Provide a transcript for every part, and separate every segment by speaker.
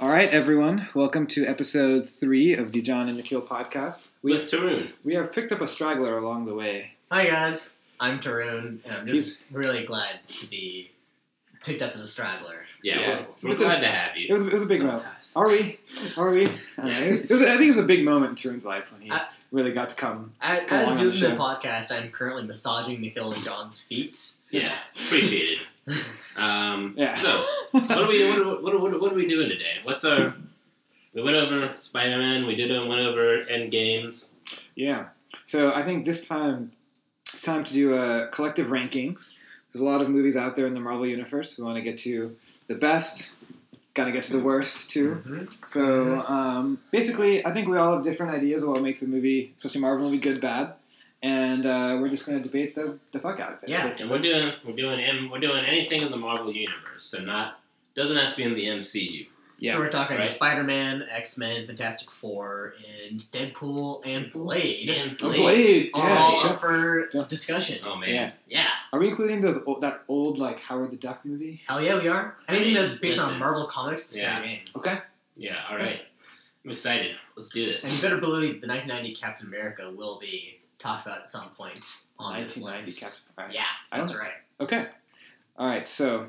Speaker 1: All right, everyone. Welcome to episode three of the John and Nikhil podcast. We
Speaker 2: With Tarun.
Speaker 1: we have picked up a straggler along the way.
Speaker 3: Hi guys, I'm Tarun, and I'm just really glad to be picked up as a straggler.
Speaker 2: Yeah,
Speaker 1: Yeah.
Speaker 2: we're- we're,
Speaker 1: It's a-
Speaker 2: glad to have
Speaker 1: It
Speaker 2: you.
Speaker 1: was it was a big moment.
Speaker 3: Sometimes.
Speaker 1: Are we? Are we? All right. It was, I think it was a big moment in Tarun's life when he
Speaker 3: I-
Speaker 1: really got to come.
Speaker 3: A-
Speaker 1: Go on,
Speaker 3: As using
Speaker 1: Shem.
Speaker 3: the podcast, I'm currently massaging Nikhil and John's feet.
Speaker 2: Yeah, appreciate it. Um,
Speaker 1: Yeah.
Speaker 2: So, what are we what are, what, are, what, are, what are we doing today? What's our? We went over Spider Man. We did went over End Games.
Speaker 1: Yeah. So I think this time it's time to do a collective rankings. There's a lot of movies out there in the Marvel universe. We want to get to the best. Gotta get to the worst too.
Speaker 3: Mhm.
Speaker 1: So um, basically, I think we all have different ideas of what makes a movie, especially Marvel movie, good, bad, and uh, we're just gonna debate the, the fuck out of it.
Speaker 3: Yeah.
Speaker 2: And we're doing we're doing M- we're doing anything in the Marvel universe. So not doesn't have to be in the MCU.
Speaker 1: Yeah.
Speaker 3: So we're talking
Speaker 2: Right.
Speaker 3: Spider-Man, X-Men, Fantastic Four, and Deadpool and Blade
Speaker 2: And
Speaker 1: Oh,
Speaker 2: Blade.
Speaker 1: Blade.
Speaker 3: are
Speaker 1: Yeah.
Speaker 3: all
Speaker 1: yeah.
Speaker 3: up for
Speaker 1: Yeah.
Speaker 3: discussion.
Speaker 2: Oh man.
Speaker 1: Yeah.
Speaker 3: Yeah,
Speaker 1: Are we including those old, that old like Howard the Duck movie?
Speaker 3: hell yeah, we are.
Speaker 2: I mean,
Speaker 3: Anything that's based
Speaker 2: listen.
Speaker 3: on Marvel comics is
Speaker 2: Yeah.
Speaker 3: fair game.
Speaker 1: Okay.
Speaker 2: Yeah, All right. I'm excited. Let's do
Speaker 3: And you
Speaker 2: this.
Speaker 3: better believe the 1990 Captain America will be talked about at some point on this
Speaker 1: 1990
Speaker 3: list.
Speaker 1: Captain- all right.
Speaker 3: Yeah,
Speaker 1: I
Speaker 3: that's right.
Speaker 1: Okay. All right. So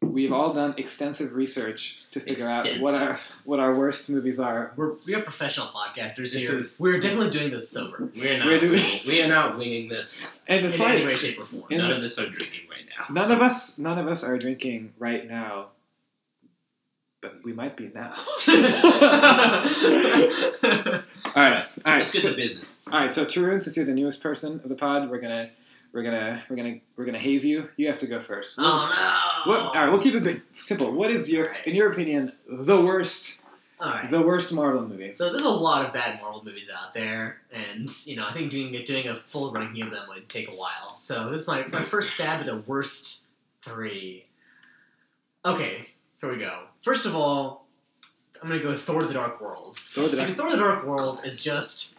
Speaker 1: we've all done extensive research to figure out what our what our worst movies are.
Speaker 3: We're we are professional podcasters
Speaker 2: This
Speaker 3: here.
Speaker 2: is-
Speaker 3: We're definitely doing this sober
Speaker 2: We're not
Speaker 1: We're doing-
Speaker 2: winging- we are not winging this.
Speaker 1: And it's
Speaker 3: in any
Speaker 1: like
Speaker 3: way, shape, or form.
Speaker 1: In
Speaker 2: None
Speaker 1: the-
Speaker 2: of us are drinking right now.
Speaker 1: none of us none of us are drinking right now, but we might be now. all right. All right.
Speaker 2: Let's get
Speaker 1: So,
Speaker 2: to business.
Speaker 1: all right. So Tarun, since you're the newest person of the pod, we're gonna we're gonna we're gonna we're gonna haze you. You have to go first.
Speaker 3: oh no!
Speaker 1: What, all right, we'll keep it big, simple. What is your, in your opinion, the worst,
Speaker 3: All right.
Speaker 1: the worst Marvel movie?
Speaker 3: So there's a lot of bad Marvel movies out there, and you know I think doing doing a full ranking of them would take a while. So this is my, my first stab at the worst three. Okay, here we go. First of all, I'm gonna go with Thor: The Dark World.
Speaker 1: Thor the Dark-
Speaker 3: Thor: The Dark World is just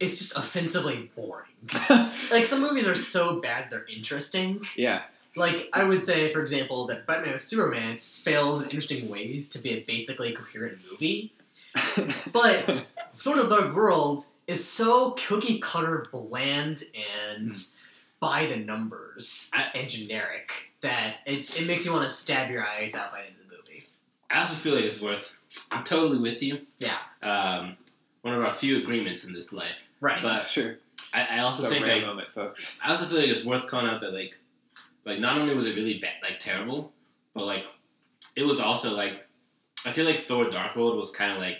Speaker 3: it's just offensively boring. Like some movies are so bad they're interesting.
Speaker 1: yeah,
Speaker 3: Like, I would say, for example, that Batman vs Superman fails in interesting ways to be a basically coherent movie. But Thor of the World is so cookie cutter, bland, and by the numbers uh, and generic that it, it makes you want to stab your eyes out by the end of the movie.
Speaker 2: I also feel like it's worth. I'm totally with you.
Speaker 3: Yeah.
Speaker 2: Um, one of our few agreements in this life.
Speaker 3: Right.
Speaker 2: But-
Speaker 1: that's true.
Speaker 2: I, I also
Speaker 1: It's a
Speaker 2: think
Speaker 1: rare
Speaker 2: I,
Speaker 1: moment, folks.
Speaker 2: I also feel like it's worth calling out that like, like not only was it really bad, like terrible, but like it was also like I feel like Thor: Dark World was kind of like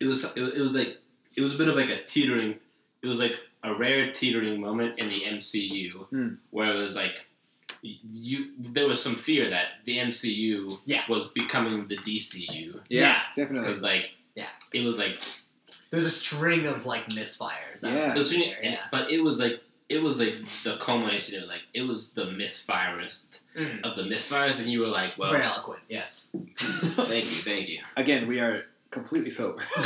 Speaker 2: it was it, was- it was like it was a bit of like a teetering. It was like a rare teetering moment in the MCU
Speaker 1: Hmm.
Speaker 2: where it was like y- you there was some fear that the MCU
Speaker 3: Yeah.
Speaker 2: was becoming the DCU.
Speaker 1: definitely.
Speaker 2: because like
Speaker 3: Yeah.
Speaker 2: it was like
Speaker 3: There's a string of like misfires. out
Speaker 1: Yeah.
Speaker 2: it was really-
Speaker 3: there,
Speaker 2: and-
Speaker 3: yeah.
Speaker 2: but it was like it was like the culmination of like it was the misfirest
Speaker 3: Mm.
Speaker 2: of the misfires and you were like well
Speaker 3: Very eloquent. Yes.
Speaker 2: thank you thank you
Speaker 1: Again, we are completely sober.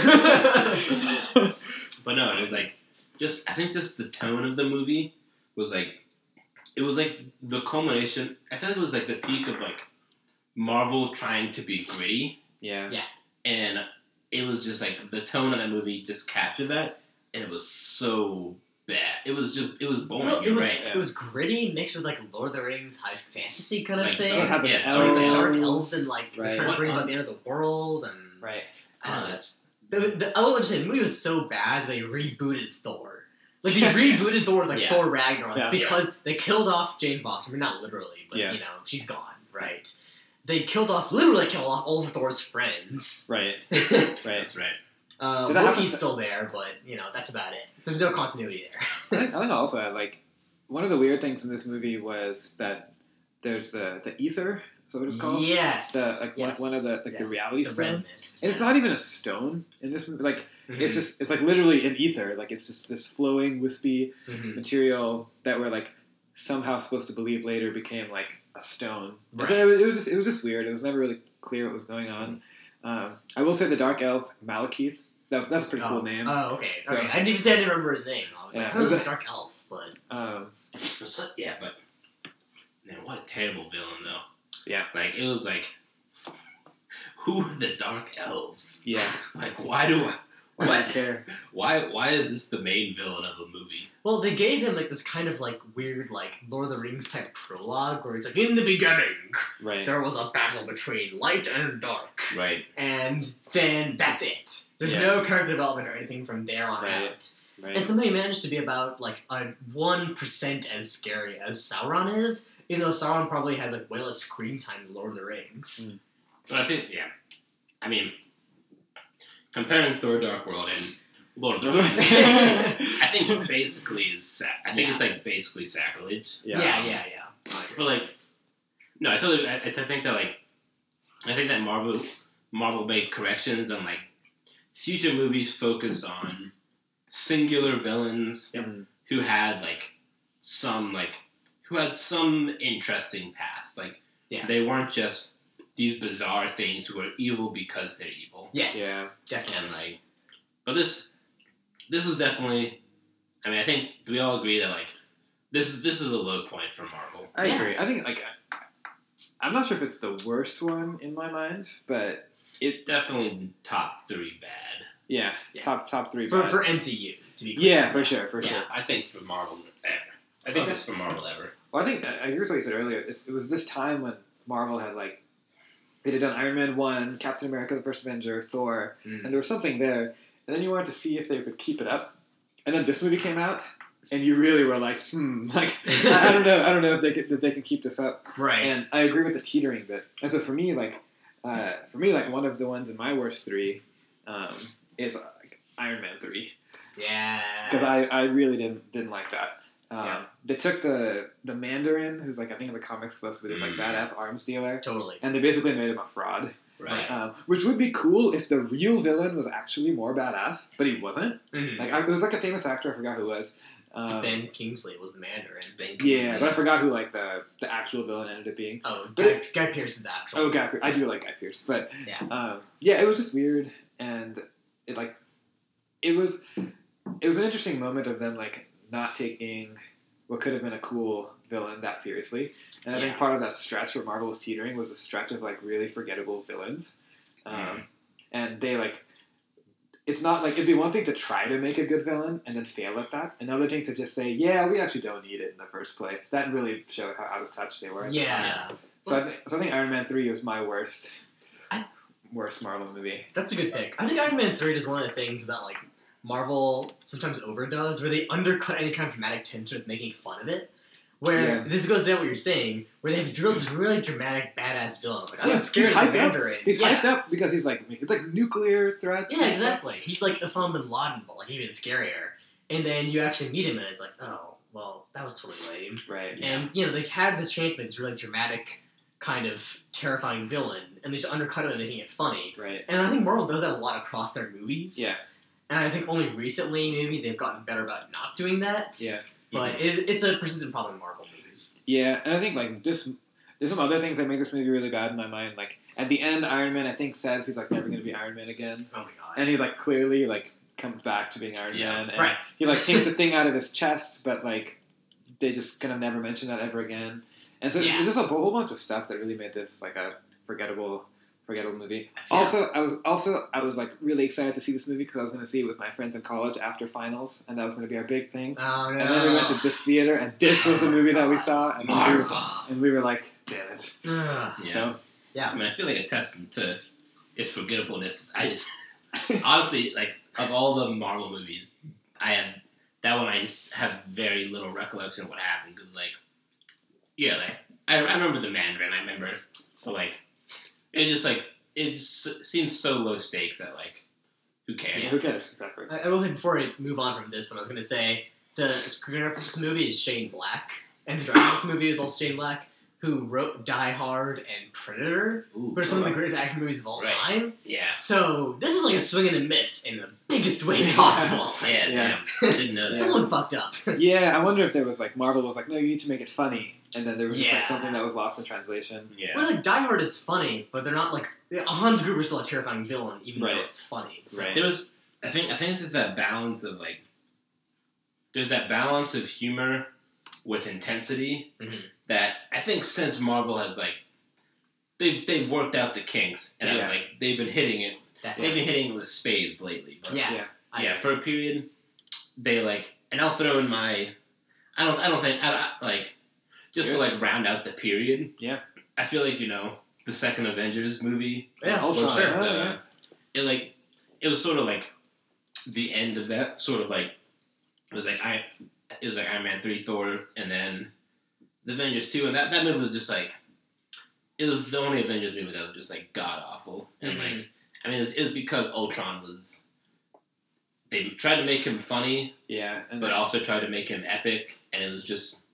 Speaker 2: but no it was like just I think just the tone of the movie was like it was like the culmination I feel like it was like the peak of like Marvel trying to be gritty
Speaker 1: yeah.
Speaker 2: and it was just like the tone of that movie just captured that, and it was so bad. It was just it was boring.
Speaker 3: Well, it
Speaker 2: you're
Speaker 3: was
Speaker 2: right.
Speaker 1: yeah.
Speaker 3: it was gritty mixed with like Lord of the Rings high fantasy kind of
Speaker 2: Like
Speaker 3: thing.
Speaker 1: It
Speaker 2: dark-
Speaker 1: had the
Speaker 2: yeah,
Speaker 3: There was, like,
Speaker 2: dark-
Speaker 3: dark
Speaker 1: elves.
Speaker 3: elves and like they're
Speaker 1: Right.
Speaker 3: trying to bring
Speaker 2: What
Speaker 3: about the end of the world and
Speaker 1: Right.
Speaker 2: I don't know, that's
Speaker 3: the, the, I would say the movie was so bad they rebooted Thor. Like they
Speaker 1: Yeah.
Speaker 3: rebooted Thor like
Speaker 2: Yeah.
Speaker 3: Thor Ragnarok
Speaker 1: Yeah.
Speaker 3: because they killed off Jane Foster. I mean, not literally, but
Speaker 1: Yeah.
Speaker 3: you know she's gone, right? They killed off literally killed off all of Thor's friends.
Speaker 1: Right. Right.
Speaker 2: that's right.
Speaker 3: uh,
Speaker 1: Did that happen-
Speaker 3: Loki's still there, but you know that's about it. There's no continuity there.
Speaker 1: I think, I think also I like one of the weird things in this movie was that there's the the ether. Is that what it's called?
Speaker 3: Yes.
Speaker 1: The- like, one-
Speaker 3: yes.
Speaker 1: one of the- like, the
Speaker 3: yes.
Speaker 1: reality
Speaker 3: the
Speaker 1: stone?
Speaker 3: Red mist. Mm-hmm.
Speaker 1: And it's not even a stone in this movie. Like it's
Speaker 2: Mhm.
Speaker 1: just it's like literally an ether. Like it's just this flowing, wispy
Speaker 3: Mm-hmm.
Speaker 2: Mhm.
Speaker 1: material that we're like somehow supposed to believe later became like a stone. And so
Speaker 2: Right.
Speaker 1: it, was- it was just it was just weird. It was never really clear what was going on. Um, I will say the dark elf Malekith. That, that's a pretty cool
Speaker 3: oh.
Speaker 1: name.
Speaker 3: Oh, okay.
Speaker 1: So-
Speaker 3: okay. I didn't say I didn't remember his name. I was
Speaker 1: Yeah.
Speaker 3: like, I know it
Speaker 1: It was
Speaker 3: was
Speaker 1: a-
Speaker 3: a dark elf, but
Speaker 1: Um,
Speaker 2: So- yeah, but man, what a terrible villain though.
Speaker 1: Yeah.
Speaker 2: like it was like who are the Dark Elves?
Speaker 4: Yeah.
Speaker 2: Like, why do I?
Speaker 1: I don't
Speaker 2: What?
Speaker 1: care.
Speaker 2: Why? Why is this the main villain of a movie?
Speaker 3: Well, they gave him like this kind of like weird like Lord of the Rings type prologue where it's like in the beginning
Speaker 4: Right.
Speaker 3: there was a battle between light and dark,
Speaker 2: Right.
Speaker 3: and then that's it. There's
Speaker 4: Yeah.
Speaker 3: no character development or anything from there on
Speaker 4: Right.
Speaker 3: out. And
Speaker 4: Right.
Speaker 3: somebody managed to be about like a one percent as scary as Sauron is, even though Sauron probably has like way less screen time than Lord of the Rings.
Speaker 2: But I think, yeah. I mean, comparing Thor: Dark World and Lord of the Rings, I think basically is. Sa- I think
Speaker 3: Yeah.
Speaker 2: it's like basically sacrilege.
Speaker 4: Yeah.
Speaker 3: yeah, yeah. yeah.
Speaker 2: But like, no, I totally. I, I think that like, I think that Marvel Marvel made corrections on like future movies focused on singular villains
Speaker 3: Yep.
Speaker 2: who had like some like who had some interesting past. Like,
Speaker 3: Yeah.
Speaker 2: they weren't just these bizarre things who are evil because they're evil.
Speaker 3: Yes, definitely.
Speaker 2: And like, but this this was definitely. I mean, I think do we all agree that like this is this is a low point for Marvel.
Speaker 1: I
Speaker 3: Yeah.
Speaker 1: agree. I think like I- I'm not sure if it's the worst one in my mind, but
Speaker 2: definitely top three bad.
Speaker 1: yeah,
Speaker 3: Yeah.
Speaker 1: top top three.
Speaker 3: For,
Speaker 1: bad.
Speaker 3: for MCU to be clear.
Speaker 1: yeah, for sure, for
Speaker 3: Yeah.
Speaker 1: sure.
Speaker 2: I think for Marvel ever. I think it's for Marvel ever.
Speaker 1: Well, I think uh, I I agree with what you said earlier. It's, it was this time when Marvel had like it had done Iron Man one, Captain America: The First Avenger, Thor,
Speaker 3: Mm.
Speaker 1: and there was something there. And then you wanted to see if they could keep it up. And then this movie came out, and you really were like, hmm, like I, I don't know, I don't know if they could, if they can keep this up.
Speaker 3: right.
Speaker 1: And I agree with the teetering bit. And so for me, like uh, for me, like one of the ones in my worst three um, is uh, like, Iron Man three
Speaker 3: yeah,
Speaker 1: because I, I really didn't didn't like that. Um,
Speaker 3: Yeah.
Speaker 1: They took the the Mandarin, who's like I think in the comics supposed to be this like
Speaker 2: Mm.
Speaker 1: badass arms dealer,
Speaker 3: totally.
Speaker 1: and they basically made him a fraud,
Speaker 2: Right.
Speaker 1: um, which would be cool if the real villain was actually more badass, but he wasn't.
Speaker 3: Mhm.
Speaker 1: Like I, it was like a famous actor, I forgot who it was. Um,
Speaker 3: ben Kingsley was the Mandarin.
Speaker 2: Ben
Speaker 1: yeah,
Speaker 2: Kingsley.
Speaker 1: but I forgot who like the the actual villain ended up being.
Speaker 3: Oh,
Speaker 1: But
Speaker 3: Guy,
Speaker 1: it-
Speaker 3: Guy Pierce is the actual.
Speaker 1: Oh, Guy Pearce. I do like Guy Pierce, but
Speaker 3: Yeah.
Speaker 1: um, yeah, it was just weird, and it like it was it was an interesting moment of them like not taking what could have been a cool villain that seriously, and I
Speaker 3: Yeah.
Speaker 1: think part of that stretch where Marvel was teetering was a stretch of like really forgettable villains, um,
Speaker 3: Hmm.
Speaker 2: Mm.
Speaker 1: and they like. It's not like it'd be one thing to try to make a good villain and then fail at that. Another thing to just say, "Yeah, we actually don't need it in the first place." That really showed how out of touch they were. at the time.
Speaker 3: yeah,
Speaker 1: So I, think, so I think Iron Man three was my worst,
Speaker 3: I-
Speaker 1: worst Marvel movie.
Speaker 3: that's a good pick. I think Iron Man three is one of the things that like Marvel sometimes overdoes, where they undercut any kind of dramatic tension with making fun of it. Where
Speaker 1: Yeah.
Speaker 3: this goes down what you're saying, where they have drilled this really dramatic badass villain. Like, I
Speaker 1: Yeah,
Speaker 3: was scared
Speaker 1: he's
Speaker 3: of
Speaker 1: hyped
Speaker 3: the
Speaker 1: up.
Speaker 3: Mandarin.
Speaker 1: He's
Speaker 3: yeah.
Speaker 1: hyped up because he's like it's like nuclear threat.
Speaker 3: Yeah, exactly. He's like Osama bin Laden, but like even scarier. And then you actually meet him, and it's like, oh, well, that was totally lame.
Speaker 1: Right.
Speaker 3: And you know, they had this chance to make this really dramatic, kind of terrifying villain, and they just undercut it by making it funny.
Speaker 1: Right.
Speaker 3: And I think Marvel does that a lot across their movies.
Speaker 1: Yeah.
Speaker 3: And I think only recently maybe they've gotten better about not doing that.
Speaker 1: Yeah.
Speaker 3: But it, it's a persistent problem in Marvel movies.
Speaker 1: Yeah, and I think like this. There's some other things that make this movie really bad in my mind. Like at the end, Iron Man I think says he's like never going to be Iron Man again,
Speaker 3: Oh my god.
Speaker 1: and he's like clearly like comes back to being Iron
Speaker 2: Yeah.
Speaker 1: Man, and
Speaker 3: Right.
Speaker 1: he like takes the thing out of his chest, but like they just kind of never mention that ever again. And so
Speaker 3: Yeah.
Speaker 1: it's just a whole bunch of stuff that really made this like a forgettable, forgettable movie.
Speaker 2: I feel-
Speaker 1: Also, I was also I was like really excited to see this movie because I was going to see it with my friends in college after finals, and that was going to be our big thing.
Speaker 3: Oh no.
Speaker 1: And then we went to this theater, and this was the movie that we saw, and we were,
Speaker 2: Marvel.
Speaker 1: and we were like, "Damn it!"
Speaker 3: Ugh.
Speaker 2: Yeah.
Speaker 1: So
Speaker 2: I mean, I feel like a testament to its forgettableness. I just honestly like of all the Marvel movies, I have that one. I just have very little recollection of what happened because, like, yeah, like I, I remember the Mandarin. I remember, but like, it just like it just seems so low stakes that like, who cares?
Speaker 1: yeah, who cares? Exactly.
Speaker 3: I, I will say before I move on from this one, I was going to say the screenwriter for this movie is Shane Black, and the director of this movie is also Shane Black, who wrote Die Hard and Predator,
Speaker 2: Ooh,
Speaker 3: which are some of the greatest action movies of all
Speaker 2: Right.
Speaker 3: time.
Speaker 2: yeah.
Speaker 3: So this is like a swing and a miss in the biggest way possible.
Speaker 2: Yeah,
Speaker 1: Yeah.
Speaker 2: damn. didn't know that.
Speaker 3: Someone fucked up.
Speaker 1: Yeah, I wonder if there was like Marvel was like, "No, you need to make it funny," and then there was just
Speaker 3: Yeah.
Speaker 1: like something that was lost in translation.
Speaker 2: Yeah.
Speaker 3: Well, like Die Hard is funny, but they're not like Hans Gruber's still a terrifying villain, even though
Speaker 1: Right.
Speaker 3: it's funny. So,
Speaker 1: Right.
Speaker 2: There was, I think, I think it's just that balance of like, there's that balance of humor with intensity
Speaker 3: Mhm.
Speaker 2: Mm-hmm. that I think since Marvel has like they've they've worked out the kinks, and
Speaker 1: Yeah.
Speaker 2: I'm like they've been hitting it. They've
Speaker 3: Definitely.
Speaker 2: been hitting it with spades lately. But
Speaker 3: Yeah.
Speaker 1: Yeah.
Speaker 3: I-
Speaker 2: yeah, for a period, they like, and I'll throw in my, I don't, I don't think, I, I like, just to like round out the period.
Speaker 1: Yeah.
Speaker 2: I feel like you know the second Avengers movie.
Speaker 3: Yeah,
Speaker 1: Ultron.
Speaker 2: was sort of
Speaker 1: Oh,
Speaker 2: the-
Speaker 1: yeah.
Speaker 2: It like, it was sort of like, the end of that sort of like, it was like I, it was like Iron Man three, Thor, and then, the Avengers two, and that that movie was just like, it was the only Avengers movie that was just like god awful, and
Speaker 3: Mhm.
Speaker 2: like, I mean, it was, it was because Ultron was. They tried to make him funny,
Speaker 1: Yeah, and
Speaker 2: but also tried to make him epic, and it was just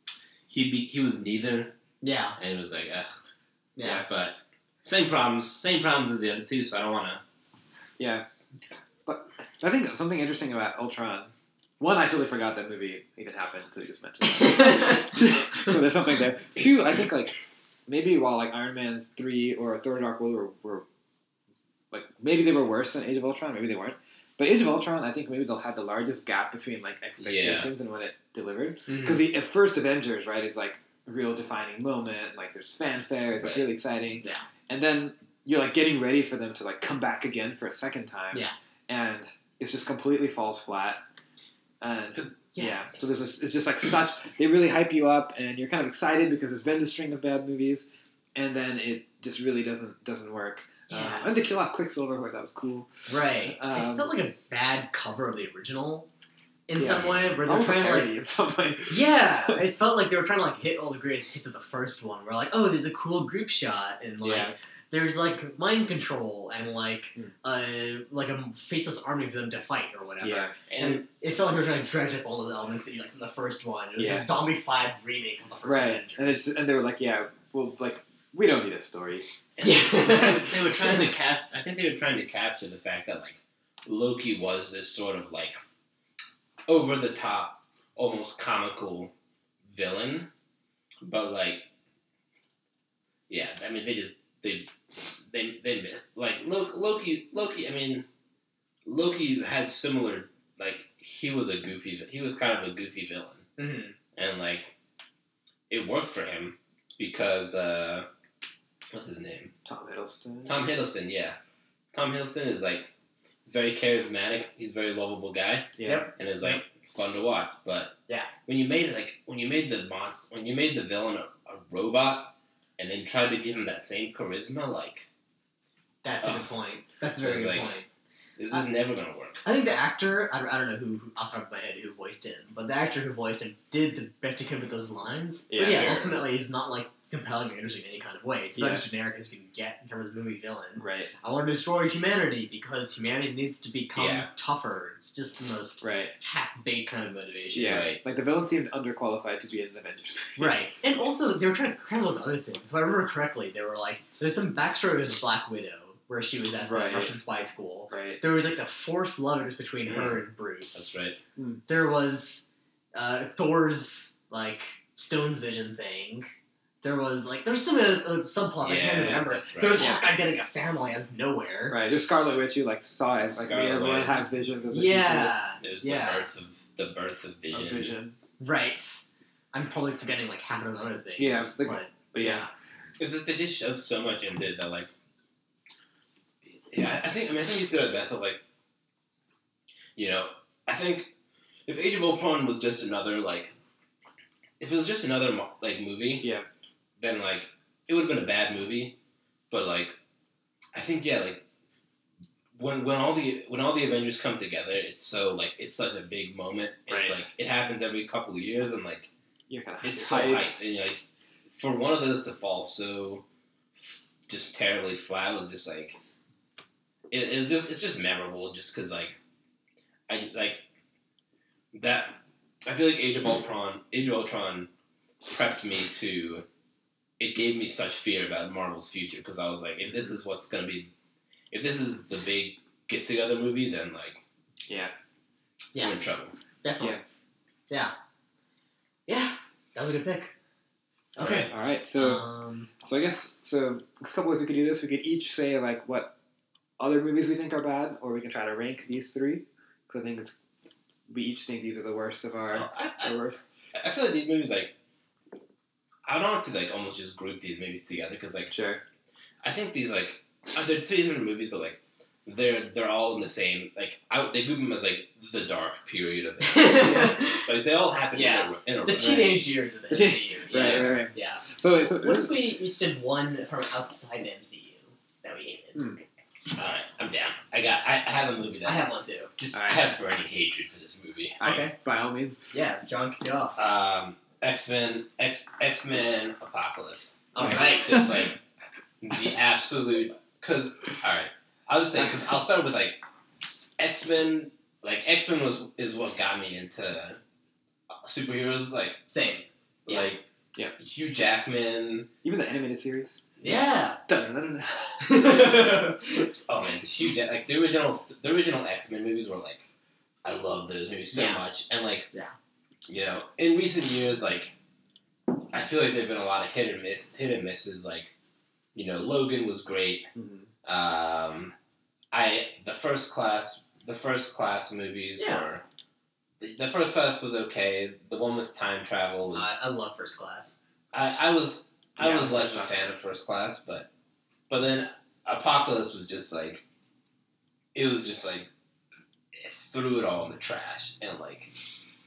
Speaker 2: he be, he was neither,
Speaker 3: Yeah.
Speaker 2: and it was like ugh.
Speaker 3: Yeah.
Speaker 2: But same problems, same problems as the other two, so I don't want to.
Speaker 1: yeah. But I think something interesting about Ultron. One, I totally forgot that movie even happened until you just mentioned. it. so there's something there. Two, I think like maybe while like Iron Man three or Thor: Dark World were, were like maybe they were worse than Age of Ultron, maybe they weren't. But Age of Ultron, I think maybe they'll have the largest gap between like expectations and when it delivered.
Speaker 3: Mm.
Speaker 1: Because the at first Avengers, right, is like a real defining moment. Like there's fanfare, it's like
Speaker 2: Right.
Speaker 1: really exciting.
Speaker 3: Yeah.
Speaker 1: And then you're like getting ready for them to like come back again for a second time.
Speaker 3: Yeah.
Speaker 1: And it just completely falls flat. And yeah.
Speaker 3: yeah.
Speaker 1: So there's this, it's just like such they really hype you up and you're kind of excited because there's been the string of bad movies and then it just really doesn't doesn't work.
Speaker 3: Yeah.
Speaker 1: Um, and to kill off Quicksilver, like, that was cool.
Speaker 3: Right. I
Speaker 1: Um,
Speaker 3: felt like a bad cover of the original in
Speaker 1: Yeah.
Speaker 3: some way, where they're
Speaker 1: Almost a
Speaker 3: trying to like
Speaker 1: parody in some way.
Speaker 3: Yeah, it felt like they were trying to like hit all the greatest hits of the first one. We're like, oh, there's a cool group shot, and like
Speaker 1: Yeah.
Speaker 3: there's like mind control and like
Speaker 1: Hmm.
Speaker 3: uh like a faceless army for them to fight or whatever.
Speaker 1: Yeah.
Speaker 3: And it felt like they were trying to dredge up all of the elements that you like from the first one. It was
Speaker 1: Yeah.
Speaker 3: like a zombified remake of the first
Speaker 1: Right.
Speaker 3: Avengers.
Speaker 1: And it's and they were like, yeah, well, like we don't need a story.
Speaker 2: And
Speaker 3: Yeah.
Speaker 2: they were trying to cap. I think they were trying to capture the fact that like Loki was this sort of like over the top, almost comical villain, but like yeah, I mean they just they they they missed like Loki. Loki, Loki I mean Loki had similar like he was a goofy he was kind of a goofy villain
Speaker 3: Mhm.
Speaker 2: and like it worked for him because uh what's his name
Speaker 1: Tom Hiddleston.
Speaker 2: Tom Hiddleston, yeah. Tom Hiddleston is like he's very charismatic. He's a very lovable guy,
Speaker 1: yeah.
Speaker 3: Yep.
Speaker 2: and is like fun to watch. But
Speaker 3: Yeah.
Speaker 2: when you made like when you made the monster, when you made the villain a, a robot, and then tried to give him that same charisma, like
Speaker 3: That's a good
Speaker 2: Ugh.
Speaker 3: point. That's a very
Speaker 2: It's
Speaker 3: good
Speaker 2: like-
Speaker 3: point.
Speaker 2: this
Speaker 3: I-
Speaker 2: is never gonna work.
Speaker 3: I think the actor, I don't, I don't know who, who off the top of my head who voiced him, but the actor who voiced him did the best he could with those lines. But
Speaker 1: Yeah,
Speaker 3: yeah
Speaker 2: sure.
Speaker 3: ultimately, he's not like compelling or interesting in any kind of way. It's
Speaker 1: Yeah.
Speaker 3: about as generic as you can get in terms of movie villain.
Speaker 1: Right.
Speaker 3: I want to destroy humanity because humanity needs to become
Speaker 2: Yeah.
Speaker 3: tougher. It's just the most
Speaker 1: Right.
Speaker 3: half baked kind of motivation.
Speaker 1: Yeah.
Speaker 2: Right.
Speaker 1: Like the villain seemed underqualified to be in an Avengers movie.
Speaker 3: Right. And also, they were trying to cram loads of other things. If I remember correctly, they were like, there's some backstory with Black Widow where she was at
Speaker 1: Right.
Speaker 3: the Russian spy school.
Speaker 1: Right.
Speaker 3: There was like the forced love interest between her and Bruce.
Speaker 2: That's right.
Speaker 3: there was uh, Thor's like stones vision thing. There was like there's some uh, uh, subplots I
Speaker 2: Yeah,
Speaker 3: can't remember.
Speaker 2: that's right.
Speaker 3: There was
Speaker 1: Yeah.
Speaker 3: Hawkeye getting a family out of nowhere.
Speaker 1: Right. There's Scarlet Witch who like saw it. Like made
Speaker 2: Scarlet
Speaker 1: everyone
Speaker 2: Witch.
Speaker 1: have visions of the
Speaker 3: Yeah,
Speaker 2: It was
Speaker 3: Yeah.
Speaker 2: the birth of the birth of
Speaker 1: future
Speaker 2: Vision.
Speaker 1: of vision.
Speaker 3: right. I'm probably forgetting like half of other things.
Speaker 1: Yeah, the-
Speaker 3: but
Speaker 1: But yeah.
Speaker 2: Is that they just shoved so much into it that like Yeah, I- I think I mean I think he's good at best of like you know, I think if Age of Ultron was just another like if it was just another mo- like movie,
Speaker 1: Yeah.
Speaker 2: then like it would have been a bad movie, but like I think yeah, like when when all the when all the Avengers come together, it's so like it's such a big moment. It's
Speaker 1: Right.
Speaker 2: like it happens every couple of years and like
Speaker 1: You're kind of
Speaker 2: it's so hyped, and like for one of those to fall so f- just terribly flat was just like it, it's just it's just memorable, just because like I like that. I feel like Age of Ultron, Age of Ultron, prepped me to. It gave me such fear about Marvel's future because I was like, if this is what's gonna be, if this is the big get together movie, then like
Speaker 1: Yeah.
Speaker 3: Yeah.
Speaker 2: we're in trouble.
Speaker 3: definitely. Yeah. yeah, That was a good pick. Okay.
Speaker 1: All right. So.
Speaker 3: um,
Speaker 1: So I guess so. There's a couple ways we could do this. We could each say like what other movies we think are bad, or we can try to rank these three. Because I think it's we each think these are the worst of our,
Speaker 2: Well, I- I-
Speaker 1: our worst.
Speaker 2: I feel like these movies, like, I'd honestly like almost just group these movies together because, like,
Speaker 1: Sure.
Speaker 2: I think these like uh, they're three different movies, but like they're they're all in the same like I, they group them as like the dark period of it. like they all happen
Speaker 3: Yeah.
Speaker 2: in a, in a
Speaker 3: the
Speaker 2: row.
Speaker 3: teenage years of the
Speaker 1: Teen-
Speaker 3: MCU.
Speaker 1: Right,
Speaker 3: yeah.
Speaker 1: right, right.
Speaker 3: yeah.
Speaker 1: So, so
Speaker 3: What if we each did one from outside the MCU that we hated?
Speaker 1: Hmm.
Speaker 2: All right, I'm down. I got I, I have a movie that
Speaker 3: I have one too.
Speaker 2: just I
Speaker 1: All right.
Speaker 2: have burning hatred for this movie.
Speaker 1: I-
Speaker 3: okay.
Speaker 1: by all means,
Speaker 3: Yeah, John, kick it off.
Speaker 2: um, X Men, X X Men Apocalypse.
Speaker 3: All
Speaker 2: Like,
Speaker 3: right.
Speaker 2: just like the absolute. Cause all right, I'll just say because I'll start with like X Men. Like X Men was is what got me into superheroes. Like
Speaker 3: Same. Yeah.
Speaker 2: like
Speaker 1: Yeah.
Speaker 2: Hugh Jackman.
Speaker 1: even the animated series.
Speaker 3: Yeah. Uh,
Speaker 1: Dun-dun-dun-dun.
Speaker 2: Oh man, the Hugh Jack like the original the original X Men movies were like I love those movies so
Speaker 3: Yeah.
Speaker 2: much and like
Speaker 3: Yeah.
Speaker 2: you know in recent years like I feel like there've been a lot of hit and miss hit and misses like you know Logan was great
Speaker 1: Mhm.
Speaker 2: um I the first class the first class movies
Speaker 3: Yeah.
Speaker 2: were the, the first class was okay the one with time travel was
Speaker 3: I, I love First Class.
Speaker 2: I, I was I
Speaker 1: Yeah,
Speaker 2: was less of a
Speaker 1: First
Speaker 2: fan of First Class, but but then Apocalypse was just like it was just like it threw it all in the trash and like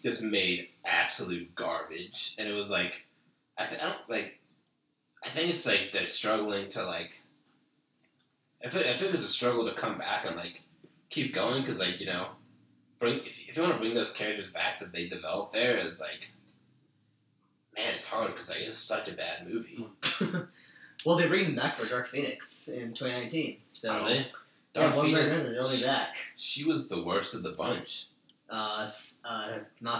Speaker 2: just made absolute garbage, and it was like I, th- I don't like I think it's like they're struggling to like I think I think it's a struggle to come back and like keep going because like you know bring if, if you want to bring those characters back that they developed there is like man it's hard because like it's such a bad movie.
Speaker 3: Well, they bring him back for Dark Phoenix in 2019. So
Speaker 2: Are they?
Speaker 3: Oh. yeah,
Speaker 2: Oh, Dark
Speaker 3: one way or
Speaker 2: Phoenix,
Speaker 3: another, they'll be back.
Speaker 2: She was the worst of the bunch.
Speaker 3: Uh, s- uh, not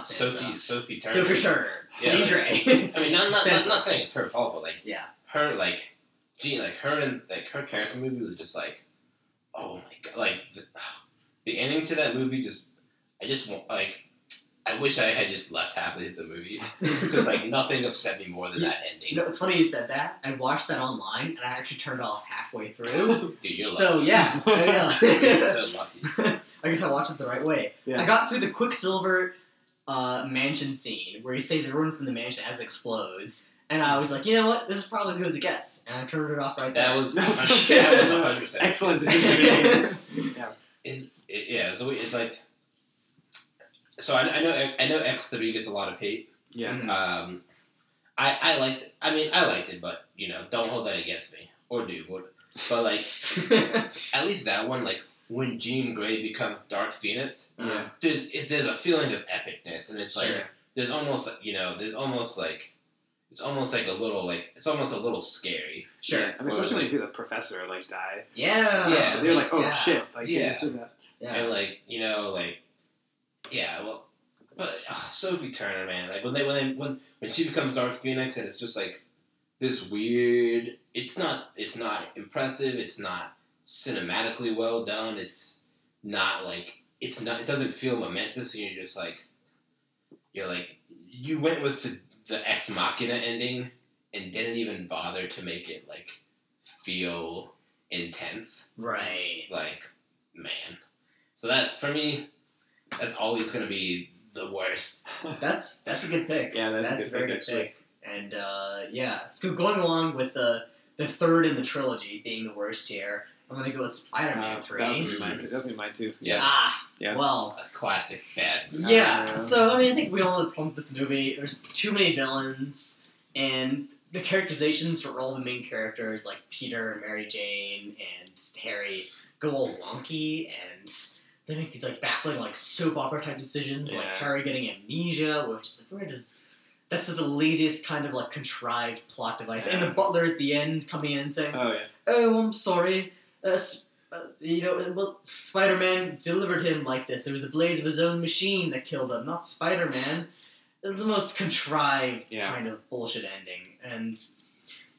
Speaker 2: Sophie,
Speaker 3: Sansa.
Speaker 2: Sophie Turner.
Speaker 3: Sophie Turner.
Speaker 2: Yeah,
Speaker 3: Jean
Speaker 2: like-
Speaker 3: Grey.
Speaker 2: I mean, not not, not,
Speaker 3: Sansa.
Speaker 2: not saying it's her fault, but like
Speaker 3: yeah.
Speaker 2: her, like, gee, like her and like her character movie was just like, oh my god, like the, the ending to that movie just, I just want like, I wish I had just left happily at the movie because like nothing upset me more than that ending.
Speaker 3: You know, it's funny you said that. I watched that online, and I actually turned off halfway through.
Speaker 2: Dude, you're
Speaker 3: so
Speaker 2: lucky.
Speaker 3: yeah,
Speaker 2: you're
Speaker 3: I,
Speaker 2: so lucky.
Speaker 3: know. I guess I watched it the right way.
Speaker 1: Yeah.
Speaker 3: I got through the Quicksilver uh, mansion scene where he saves everyone from the mansion as it explodes, and I was like, you know what, this is probably as good as it gets, and I turned it off right
Speaker 2: That
Speaker 3: there.
Speaker 2: was
Speaker 1: That was-
Speaker 2: that was a hundred percent
Speaker 1: Excellent decision.
Speaker 2: is it, yeah. So it's like, so I, I know I know X three gets a lot of hate.
Speaker 1: yeah,
Speaker 3: Mm-hmm.
Speaker 2: Um, I I liked. I mean, I liked it, but you know, don't hold that against me or do. But, but like,
Speaker 3: Mm.
Speaker 2: at least that one, like when Jean Grey becomes Dark Phoenix,
Speaker 1: Yeah.
Speaker 2: there's it's, there's a feeling of epicness, and it's like
Speaker 3: Sure.
Speaker 2: there's almost you know there's almost like it's almost like a little like it's almost a little scary.
Speaker 3: Sure.
Speaker 1: Yeah. I mean, especially when you see the professor like die.
Speaker 3: Yeah.
Speaker 2: Yeah.
Speaker 1: they're like, oh
Speaker 3: Yeah.
Speaker 1: shit, like they
Speaker 2: Yeah.
Speaker 1: just did that.
Speaker 3: Yeah.
Speaker 2: and like you know like yeah well but ugh, sophie turner man like when they when they when when she becomes dark phoenix and it's just like this weird it's not it's not impressive it's not cinematically well done it's not like it's not it doesn't feel momentous and you're just like you're like you went with the, the ex machina ending and didn't even bother to make it like feel intense
Speaker 3: Right.
Speaker 2: like man so that for me that's always going to be the worst
Speaker 3: That's that's a good pick.
Speaker 1: Yeah, that's,
Speaker 3: that's
Speaker 1: a
Speaker 3: very
Speaker 1: good
Speaker 3: good
Speaker 1: pick, actually.
Speaker 3: pick. And uh, yeah, so going along with the the third in the trilogy being the worst here, I'm gonna go with Spider-Man
Speaker 1: Uh,
Speaker 3: three.
Speaker 1: that was gonna be mine too. That was gonna be mine too.
Speaker 2: yeah
Speaker 3: Ah,
Speaker 1: Yeah.
Speaker 3: well,
Speaker 2: a classic bad movie.
Speaker 3: yeah.
Speaker 1: Yeah.
Speaker 3: So I mean, I think we all had a problem with this movie. There's too many villains, and the characterizations for all the main characters, like Peter and Mary Jane and Harry, go all wonky, and they make these like baffling, like soap opera type decisions, like
Speaker 1: Yeah.
Speaker 3: Harry getting amnesia, which is like, where does that's the leasiest kind of like contrived plot device. And the butler at the end coming in and saying,
Speaker 1: Oh yeah.
Speaker 3: oh, I'm sorry. Uh, sp- uh, you know, uh, well, Spider Man delivered him like this. It was the blades of his own machine that killed him, not Spider Man. The most contrived
Speaker 1: Yeah.
Speaker 3: kind of bullshit ending, and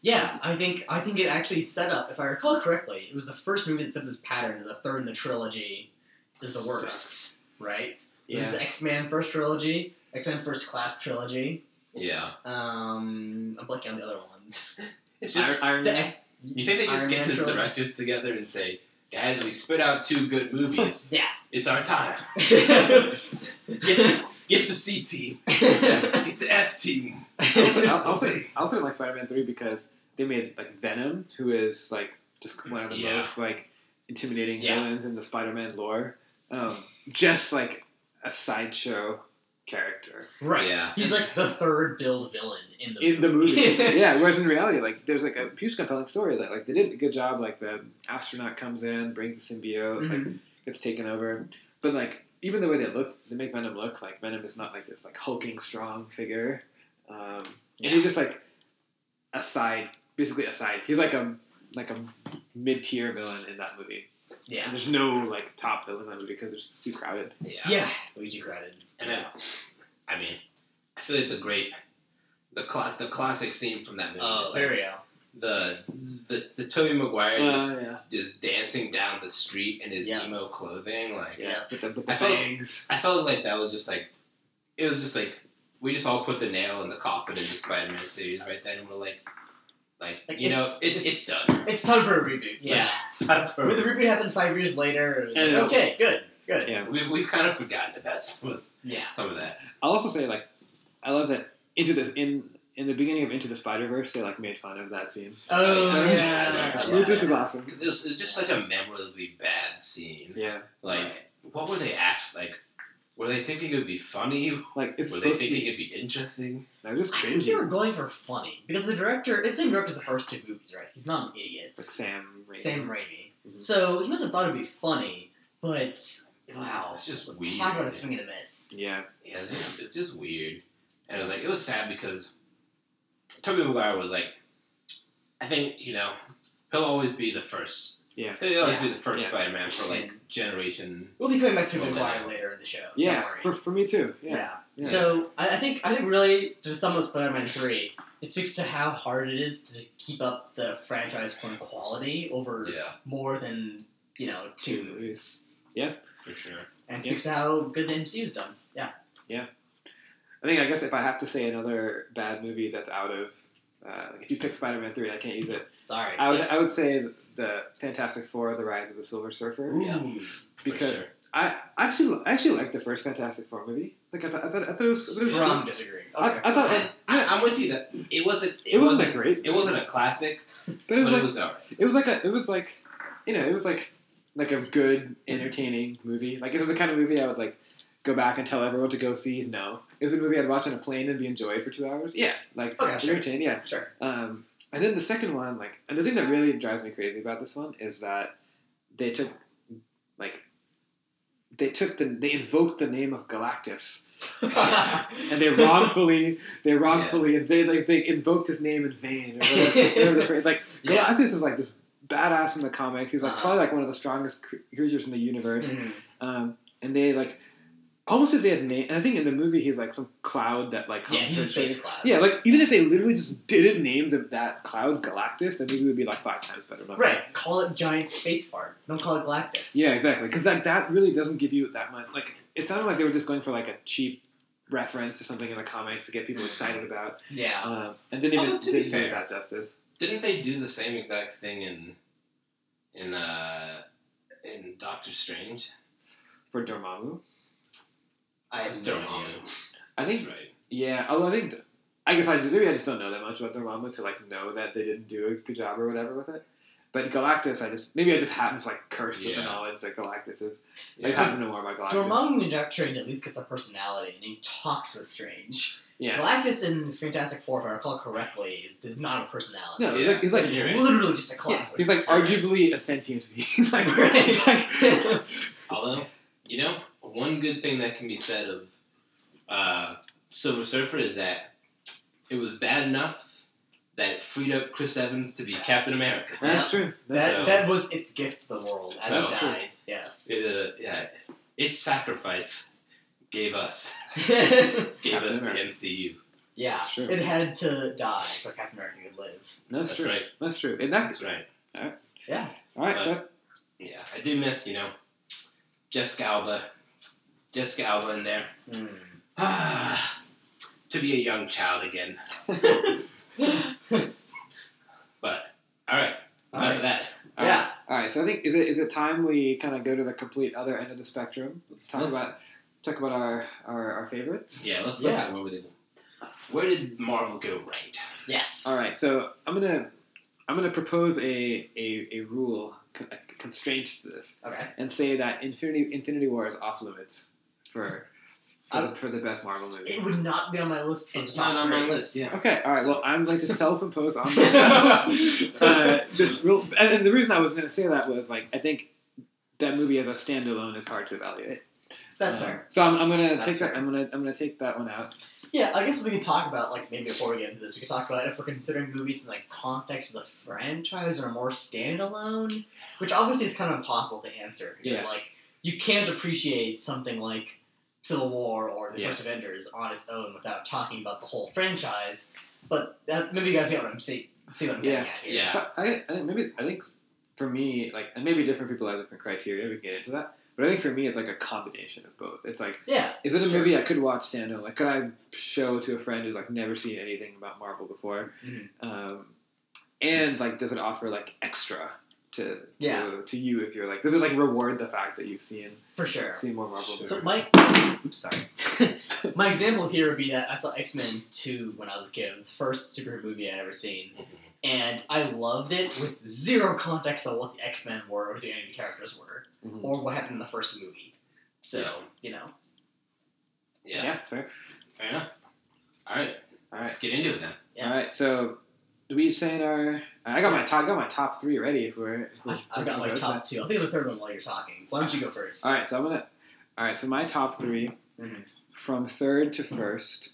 Speaker 3: yeah, I think I think it actually set up, if I recall correctly, it was the first movie that set up this pattern. that The third in the trilogy is the worst, right? It
Speaker 1: Yeah.
Speaker 3: was the X Men first trilogy, X Men First Class trilogy.
Speaker 2: yeah
Speaker 3: Um, I'm blanking on the other ones.
Speaker 2: it's just
Speaker 1: Iron, Iron
Speaker 3: The
Speaker 1: Man.
Speaker 2: you think they just
Speaker 3: Iron
Speaker 2: get
Speaker 3: Man
Speaker 2: the
Speaker 3: trilogy.
Speaker 2: directors together and say guys we spit out two good movies
Speaker 3: Yeah.
Speaker 2: it's our time get the c team get the f team
Speaker 1: I also, I also, I also didn't like Spider-Man three because they made like Venom, who is like just one of the
Speaker 2: Yeah.
Speaker 1: most like intimidating
Speaker 2: Yeah.
Speaker 1: villains in the Spider-Man lore. Um, just like a sideshow character
Speaker 3: Right.
Speaker 2: Yeah.
Speaker 3: He's like the third build villain in the
Speaker 1: in the
Speaker 3: movie.
Speaker 1: movie. yeah, whereas in reality, like there's like a huge compelling story that like they did a good job. Like the astronaut comes in, brings the symbiote,
Speaker 2: Mm-hmm.
Speaker 1: like gets taken over, but like even the way they look, they make Venom look like Venom is not like this like hulking strong figure, um, and he's just like a side, basically a side. He's like a like a mid tier villain in that movie. And
Speaker 3: yeah.
Speaker 1: there's no like top villain in that movie because it's just too crowded.
Speaker 2: Yeah.
Speaker 3: Yeah. Luigi Crowded.
Speaker 2: And I, I mean, I feel like the great, the cla- the classic scene from that movie
Speaker 3: Oh,
Speaker 2: is like
Speaker 3: Mysterio.
Speaker 2: the the the Tobey Maguire just,
Speaker 1: yeah,
Speaker 2: just dancing down the street in his
Speaker 3: Yeah.
Speaker 2: emo clothing. Like
Speaker 3: Yeah.
Speaker 1: With the, with the
Speaker 2: I felt-
Speaker 1: bangs.
Speaker 2: I felt like that was just like, it was just like we just all put the nail in the coffin in the Spider-Man series right then. And we're like, like,
Speaker 3: Like,
Speaker 2: you know,
Speaker 3: it's-
Speaker 2: it's
Speaker 3: it's-
Speaker 2: it's, done.
Speaker 3: It's time for a reboot. Yeah.
Speaker 2: it's time for.
Speaker 3: When the reboot happened five years later, it was
Speaker 1: And
Speaker 3: like,
Speaker 1: it'll-
Speaker 3: okay, good, good.
Speaker 1: Yeah.
Speaker 2: We've, we've kind of forgotten about some of,
Speaker 3: Yeah.
Speaker 2: some of that.
Speaker 1: I'll also say like I love that into this in in the beginning of Into the Spider Verse they like made fun of that scene,
Speaker 3: Oh,
Speaker 1: Yeah.
Speaker 3: yeah.
Speaker 2: Yeah.
Speaker 1: which, which is awesome.
Speaker 2: Because it was, it was just like a memorably bad scene.
Speaker 1: Yeah,
Speaker 2: Like, what were they act like? Were they thinking it would be funny? Were
Speaker 1: like it's
Speaker 2: they
Speaker 1: supposed to
Speaker 2: thinking
Speaker 1: be.
Speaker 2: it'd be interesting?
Speaker 1: I was just
Speaker 3: I think they
Speaker 1: cringy.
Speaker 3: were going for funny because the director, it's the same director as the first two movies, right? He's not an idiot.
Speaker 1: Like Sam. Raimi.
Speaker 3: Sam Raimi.
Speaker 1: Mhm.
Speaker 3: So he must have thought it'd be funny, but wow,
Speaker 2: It's just
Speaker 3: let's
Speaker 2: weird.
Speaker 3: talk about a swing and a miss.
Speaker 1: Yeah,
Speaker 2: Yeah, it's just, it's just weird. And it was like it was sad because Tobey Maguire was like, I think you know he'll always be the first.
Speaker 1: Yeah.
Speaker 2: he'll always
Speaker 3: Yeah.
Speaker 2: be the first
Speaker 1: Yeah.
Speaker 2: Spider-Man for like generation.
Speaker 3: We'll be coming back to
Speaker 2: Well,
Speaker 3: McGuire
Speaker 2: then-
Speaker 3: later in the show.
Speaker 1: yeah.
Speaker 3: Don't worry.
Speaker 1: For, for me too.
Speaker 3: yeah.
Speaker 1: Yeah. Yeah.
Speaker 3: So I, I think I think really to sum up Spider-Man three, it speaks to how hard it is to keep up the franchise from quality over
Speaker 2: Yeah,
Speaker 3: more than you know two movies,
Speaker 2: for sure.
Speaker 3: and it speaks to how good the MCU's done. Yeah,
Speaker 1: I think I guess if I have to say another bad movie that's out of, uh, like if you pick Spider Man three and I can't use it,
Speaker 3: sorry.
Speaker 1: I would I would say the Fantastic Four: The Rise of the Silver Surfer
Speaker 3: Ooh.
Speaker 2: For
Speaker 1: because
Speaker 2: sure.
Speaker 1: I actually I actually liked the first Fantastic Four movie. Like I thought I thought, I thought it was, it was good.
Speaker 3: Strong disagreeing. Okay.
Speaker 1: I, I thought
Speaker 2: And I, I'm with you that it wasn't.
Speaker 1: it wasn't like
Speaker 2: It,
Speaker 1: great,
Speaker 2: wasn't a classic,
Speaker 1: but it
Speaker 2: but
Speaker 1: was like
Speaker 2: it was alright.
Speaker 1: It was like a. It was like, you know, it was like like a good, entertaining movie. Like this is the kind of movie I would like go back and tell everyone to go see. No, is it a movie I'd watch on a plane and be enjoyed for two hours? Yeah, like
Speaker 3: Okay, sure.
Speaker 1: entertaining. Yeah.
Speaker 3: sure.
Speaker 1: Um, and then the second one, like, and the thing that really drives me crazy about this one is that they took like they took the they invoked the name of Galactus and they wrongfully they wrongfully they like they invoked his name in vain. Or whatever, whatever the phrase. Like
Speaker 2: Yeah.
Speaker 1: Galactus is like this badass in the comics. He's like
Speaker 3: Uh-huh.
Speaker 1: probably like one of the strongest cr- creatures in the universe.
Speaker 3: Mhm.
Speaker 1: Um, and they like almost if they had name. And I think in the movie he's like some cloud that like
Speaker 3: Yeah,
Speaker 1: comes
Speaker 3: he's a
Speaker 1: to his
Speaker 3: space
Speaker 1: face.
Speaker 3: cloud.
Speaker 1: Yeah, like even if they literally just didn't name the, that cloud Galactus, then maybe it would be like five times better. but-
Speaker 3: Right. Call it giant space fart. Don't call it Galactus.
Speaker 1: Yeah, exactly. Because that that really doesn't give you that much. Like it sounded like they were just going for like a cheap reference to something in the comics to get people
Speaker 3: Mm-hmm.
Speaker 1: excited about.
Speaker 3: Yeah.
Speaker 1: Um, and didn't even
Speaker 2: Although, to be
Speaker 1: didn't do
Speaker 2: fair-
Speaker 1: that justice.
Speaker 2: Didn't they do the same exact thing in in uh in Doctor Strange?
Speaker 1: For Dormammu,
Speaker 3: I have
Speaker 2: It's
Speaker 3: no
Speaker 2: Dormammu.
Speaker 3: idea.
Speaker 1: I
Speaker 2: That's
Speaker 1: think.
Speaker 2: right.
Speaker 1: Yeah, although I think. I guess I just, maybe I just don't know that much about Dormammu to like know that they didn't do a good job or whatever with it. But Galactus, I just maybe I just happen to like cursed with the
Speaker 2: Yeah.
Speaker 1: knowledge that Galactus is. I
Speaker 2: Yeah.
Speaker 1: just happen to know more about Galactus.
Speaker 3: Dormammu in Doctor Strange at least gets a personality and he talks with Strange.
Speaker 1: Yeah.
Speaker 3: Galactus in Fantastic Four, if I recall correctly, is, is not a personality.
Speaker 1: No, he's
Speaker 2: Yeah.
Speaker 1: like he's like
Speaker 3: It's
Speaker 2: You're right.
Speaker 3: literally just a cloud.
Speaker 1: yeah, he's like arguably a sentient being. like,
Speaker 3: Right.
Speaker 1: like-
Speaker 2: Although, you know, one good thing that can be said of uh, Silver Surfer is that it was bad enough that it freed up Chris Evans to be Captain America.
Speaker 1: that's true. That's
Speaker 3: that,
Speaker 2: So-
Speaker 3: that was its gift to the world as
Speaker 2: So-
Speaker 3: it died. Yes.
Speaker 2: It, uh, yeah, its sacrifice gave us gave
Speaker 1: Captain
Speaker 2: us
Speaker 1: America.
Speaker 2: the MCU.
Speaker 3: yeah.
Speaker 1: It's true.
Speaker 3: It had to die so Captain America could live.
Speaker 1: That's,
Speaker 2: That's
Speaker 1: true.
Speaker 2: right.
Speaker 1: That's true. And that
Speaker 2: That's right. Uh,
Speaker 3: Yeah.
Speaker 1: all right,
Speaker 2: But-
Speaker 1: so
Speaker 2: Yeah, I do miss you know Jessica Alba, Jessica Alba in there to be a young child again. But all right,
Speaker 3: All
Speaker 2: enough
Speaker 3: right.
Speaker 2: of that.
Speaker 1: All
Speaker 3: yeah.
Speaker 1: All right, so I think is it is it time we kind of go to the complete other end of the spectrum? Let's talk
Speaker 2: Let's-
Speaker 1: about talk about our our, our favorites.
Speaker 2: Yeah, let's look
Speaker 3: Yeah.
Speaker 2: at where we did. Where did Marvel go right?
Speaker 3: Yes.
Speaker 1: All right, so I'm gonna I'm going to propose a, a, a rule, con- a constraint to this,
Speaker 3: Okay.
Speaker 1: and say that Infinity Infinity War is off limits for for,
Speaker 3: Um,
Speaker 1: the, for the best Marvel movie.
Speaker 3: It would not be on my list. For
Speaker 2: It's
Speaker 3: the top
Speaker 2: not on my
Speaker 3: three.
Speaker 2: list. Yeah.
Speaker 1: Okay, all right. Well, I'm going to self-impose on myself uh, this rule, and, and the reason I was going to say that was like I think that movie as a standalone is hard to evaluate.
Speaker 3: That's
Speaker 1: Um,
Speaker 3: fair.
Speaker 1: So I'm, I'm going to
Speaker 3: That's
Speaker 1: take that.
Speaker 3: fair.
Speaker 1: I'm going to I'm going to take that one out.
Speaker 3: Yeah, I guess we could talk about like maybe before we get into this, we could talk about if we're considering movies in like context of the franchise or more standalone, which obviously is kind of impossible to answer because
Speaker 1: Yeah.
Speaker 3: like you can't appreciate something like Civil War or the
Speaker 1: Yeah.
Speaker 3: First Avengers on its own without talking about the whole franchise. But that, maybe you guys get what I'm saying. See what I'm getting at here.
Speaker 2: Yeah.
Speaker 1: But I, I think maybe I think for me like and maybe different people have different criteria. We can get into that. But I think for me it's like a combination of both. It's like
Speaker 3: Yeah.
Speaker 1: Is it a
Speaker 3: Sure.
Speaker 1: movie I could watch standalone? Like, could I show to a friend who's like never seen anything about Marvel before?
Speaker 3: Mhm.
Speaker 1: Um, and like, does it offer like extra to to,
Speaker 3: Yeah.
Speaker 1: to you if you're like, does it like reward the fact that you've seen
Speaker 3: for sure.
Speaker 1: seen more Marvel movies?
Speaker 3: So my, oops, sorry. my example here would be that I saw X Men Two when I was a kid. It was the first superhero movie I'd ever seen, and I loved it with zero context on what the X Men were, or who the enemy characters were,
Speaker 1: Mhm.
Speaker 3: or what happened in the first movie. So you know,
Speaker 2: Yeah.
Speaker 1: yeah, it's fair.
Speaker 2: Fair enough. All right.
Speaker 1: All right,
Speaker 2: Let's get into it then.
Speaker 3: Yeah.
Speaker 1: all right. So, do we saying our? I got my top, got my top three ready. If we're, if we're
Speaker 3: I've, I've got my
Speaker 1: if we're-
Speaker 3: top two. I think the third one while you're talking. Why don't you go first?
Speaker 1: All right, so I'm gonna. All right, so my top 3
Speaker 3: Mhm.
Speaker 1: from third to first.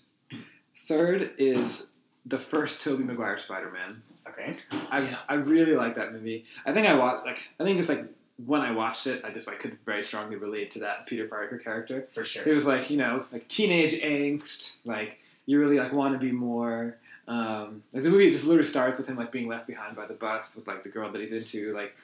Speaker 1: Third is the first Tobey Maguire Spider-Man.
Speaker 3: Okay.
Speaker 1: I
Speaker 2: Yeah.
Speaker 1: I really like that movie. I think I watched like I think just like when I watched it, I just like could very strongly relate to that Peter Parker character.
Speaker 3: For sure.
Speaker 1: It was like you know like teenage angst, like you really like want to be more. Um, there's a movie that just literally starts with him like being left behind by the bus with like the girl that he's into, like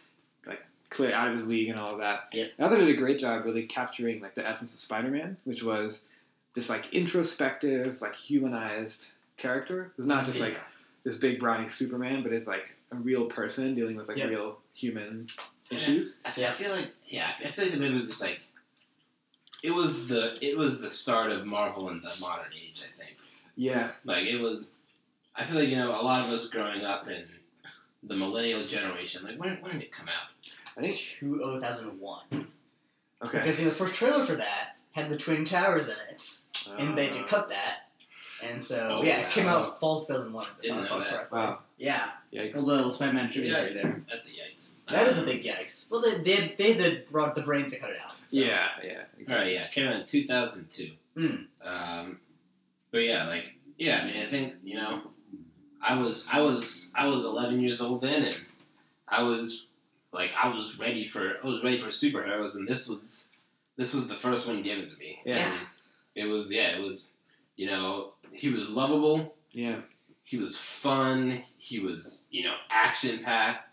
Speaker 1: like clear out of his league and all of that.
Speaker 3: Yep.
Speaker 1: And I thought it did a great job really capturing like the essence of Spider-Man, which was this like introspective, like humanized character. It was not just like this big brownie Superman, but is like a real person dealing with like
Speaker 3: Yeah.
Speaker 1: real human issues.
Speaker 2: I feel, I feel like yeah, I feel, I feel like the movie was just like it was the it was the start of Marvel in the modern age. I think
Speaker 1: Yeah,
Speaker 2: like it was. I feel like you know a lot of us growing up in the millennial generation. Like when, when did it come out?
Speaker 1: I think.
Speaker 3: Two oh thousand one.
Speaker 1: Okay,
Speaker 3: Because you know, the first trailer for that had the twin towers in it. and they had to
Speaker 1: Uh,
Speaker 3: cut that. And so
Speaker 2: Oh,
Speaker 3: yeah, it came out
Speaker 2: wow.
Speaker 3: fall 2001. If
Speaker 2: Didn't
Speaker 3: I'm
Speaker 2: know that.
Speaker 3: correctly.
Speaker 1: Wow.
Speaker 3: Yeah,
Speaker 1: Yikes.
Speaker 3: although Spider-Man should be
Speaker 2: Yeah.
Speaker 3: there.
Speaker 2: That's a yikes.
Speaker 3: That is
Speaker 2: Um,
Speaker 3: a big yikes. Well, they they had, they had the brought the brains to cut it out. So.
Speaker 1: Yeah, yeah.
Speaker 2: All
Speaker 1: Exactly.
Speaker 2: right, yeah, it came out in 2002.
Speaker 3: Mm.
Speaker 2: Um, but yeah, like yeah, I mean, I think you know, I was I was I was 11 years old then, and I was like I was ready for I was ready for superheroes, and this was this was the first one given to me.
Speaker 1: Yeah.
Speaker 2: And it was yeah, it was you know he was lovable,
Speaker 1: Yeah,
Speaker 2: he was fun, he was you know action packed.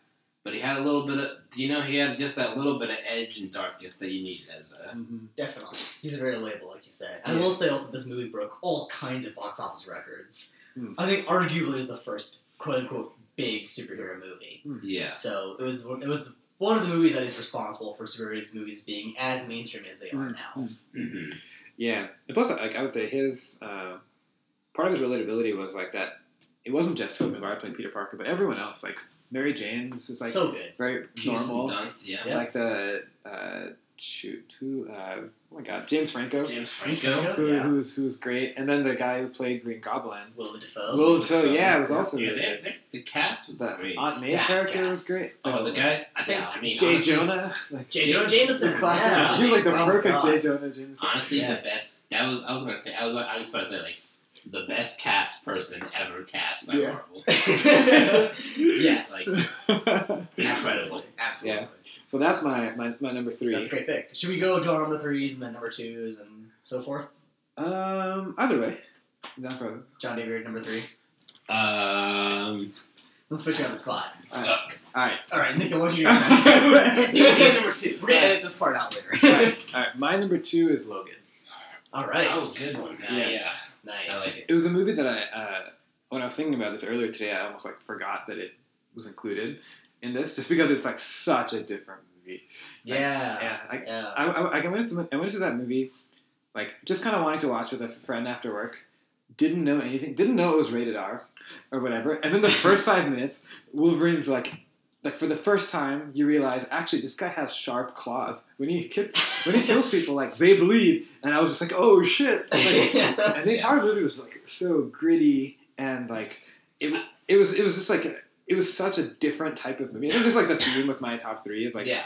Speaker 2: But he had a little bit of, you know, he had just that little bit of edge and darkness that you needed as a,
Speaker 1: hmm
Speaker 3: Definitely, he's very relatable, like you said. I
Speaker 1: Yeah.
Speaker 3: will say also, this movie broke all kinds of box office records.
Speaker 1: Hmm.
Speaker 3: I think arguably it was the first quote unquote big superhero movie.
Speaker 2: yeah,
Speaker 3: So it was it was one of the movies that is responsible for superhero movies being as mainstream as they are
Speaker 1: Hmm.
Speaker 3: now.
Speaker 2: hmm
Speaker 1: yeah. And plus, like I would say, his uh, part of his relatability was like that. It wasn't just Tobey Maguire playing Peter Parker, but everyone else, like Mary Jane, was just, like
Speaker 3: so good.
Speaker 1: very
Speaker 2: Kirsten
Speaker 1: normal.
Speaker 2: Dunst, yeah.
Speaker 3: Yeah.
Speaker 1: Like the uh, shoot, who? Uh, oh my God, James Franco,
Speaker 2: James Franco.
Speaker 1: who,
Speaker 3: Yeah.
Speaker 1: who's who's great, and then the guy who played Green Goblin.
Speaker 3: Willem Dafoe.
Speaker 1: Willem Dafoe,
Speaker 2: Dafoe.
Speaker 1: yeah, it was
Speaker 3: Yeah.
Speaker 1: also
Speaker 2: Yeah,
Speaker 1: really
Speaker 2: they,
Speaker 1: good.
Speaker 2: they, the cast was
Speaker 1: The
Speaker 2: great.
Speaker 1: Aunt May
Speaker 3: Stacked
Speaker 1: character was
Speaker 3: cast.
Speaker 1: great.
Speaker 2: oh, the guy. I think.
Speaker 3: Yeah.
Speaker 2: I mean,
Speaker 1: Jay
Speaker 2: honestly,
Speaker 1: Jonah, like
Speaker 3: J. Jonah
Speaker 1: the
Speaker 3: Jameson.
Speaker 1: classic.
Speaker 3: yeah.
Speaker 1: He was like the
Speaker 3: Oh,
Speaker 1: perfect
Speaker 3: God.
Speaker 1: J. Jonah Jameson.
Speaker 2: Honestly,
Speaker 3: Yes.
Speaker 2: the best. That was. I was gonna say. I was. I was about to say like the best cast person ever cast by
Speaker 1: Yeah.
Speaker 2: Marvel.
Speaker 3: yes.
Speaker 2: Incredible.
Speaker 3: Absolutely.
Speaker 1: so that's my, my, my number three.
Speaker 3: That's a great pick. Should we go to our number threes and then number twos and so forth?
Speaker 1: Um, either way, not problem.
Speaker 3: John David, number three.
Speaker 2: Um.
Speaker 3: Let's put you on the spot.
Speaker 1: All right.
Speaker 2: Fuck.
Speaker 1: All right.
Speaker 3: All right, Nick, I want you to
Speaker 1: All
Speaker 3: You can number two. We're going to edit this part out later.
Speaker 1: right. All right. My number two is Logan.
Speaker 3: All right.
Speaker 2: Oh, good one. Yeah,
Speaker 3: Yes. Nice.
Speaker 2: I like
Speaker 1: It was a movie that I, uh, when I was thinking about this earlier today, I almost like forgot that it was included in this, just because it's like such a different movie.
Speaker 3: Yeah.
Speaker 1: Yeah, I,
Speaker 3: Yeah.
Speaker 1: I, I, I went into I went into that movie, like just kind of wanting to watch with a friend after work, didn't know anything, didn't know it was rated R or whatever. And then the first five minutes, Wolverine's like, like for the first time, you realize actually this guy has sharp claws. When he kills, when he kills people, like they bleed, and I was just like, oh shit! Like, and the entire movie was like so gritty and like it, it was it was just like it was such a different type of movie. I think this is like the theme with my top three is like
Speaker 3: yeah.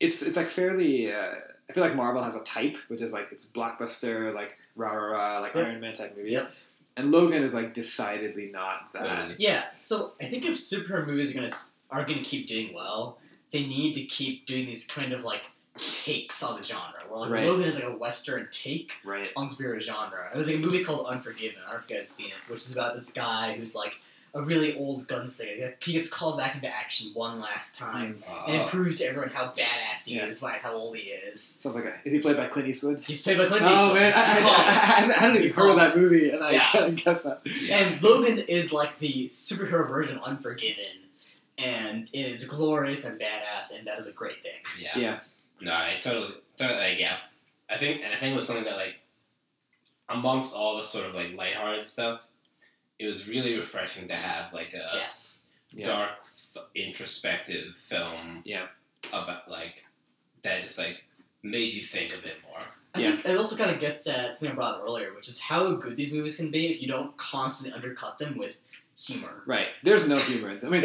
Speaker 1: it's it's like fairly. Uh, I feel like Marvel has a type, which is like it's blockbuster, like rah rah rah, like
Speaker 3: Yep.
Speaker 1: Iron Man type movie.
Speaker 3: Yep.
Speaker 1: And Logan is like decidedly not that.
Speaker 2: Totally.
Speaker 3: Yeah, so I think if superhero movies are gonna s- are gonna keep doing well, they need to keep doing these kind of like takes on the genre. Where like
Speaker 1: Right.
Speaker 3: Logan is like a western take
Speaker 1: Right.
Speaker 3: on superhero genre. There's like a movie called Unforgiven. I don't know if you guys have seen it, which is about this guy who's like a really old gunslinger. He gets called back into action one last time and it
Speaker 2: Uh,
Speaker 3: proves to everyone how badass he
Speaker 1: Oh. Yeah.
Speaker 3: is by how old he is.
Speaker 1: Sounds like a, is he played by Clint Eastwood?
Speaker 3: He's played by Clint
Speaker 1: Oh
Speaker 3: Eastwood.
Speaker 1: man,
Speaker 3: He's called.
Speaker 1: I, I, I, I didn't even heard of that movie, and I
Speaker 3: Yeah.
Speaker 1: can't guess that.
Speaker 2: yeah.
Speaker 3: And Logan is like the superhero version of Unforgiven, and it is glorious and badass, and that is a great pick.
Speaker 2: yeah.
Speaker 1: Yeah.
Speaker 2: No, I totally, totally, like, yeah. I think, and I think it was something that, like, amongst all the sort of, like, lighthearted stuff, it was really refreshing to have, like, a
Speaker 3: Yes.
Speaker 1: Yeah.
Speaker 2: dark, th- introspective film.
Speaker 1: Yeah.
Speaker 2: About, like, that just, like, made you think a bit more.
Speaker 3: I
Speaker 1: Yeah.
Speaker 3: think it also kind of gets at something I brought up earlier, which is how good these movies can be if you don't constantly undercut them with humor.
Speaker 1: Right. There's no humor. in them. I mean,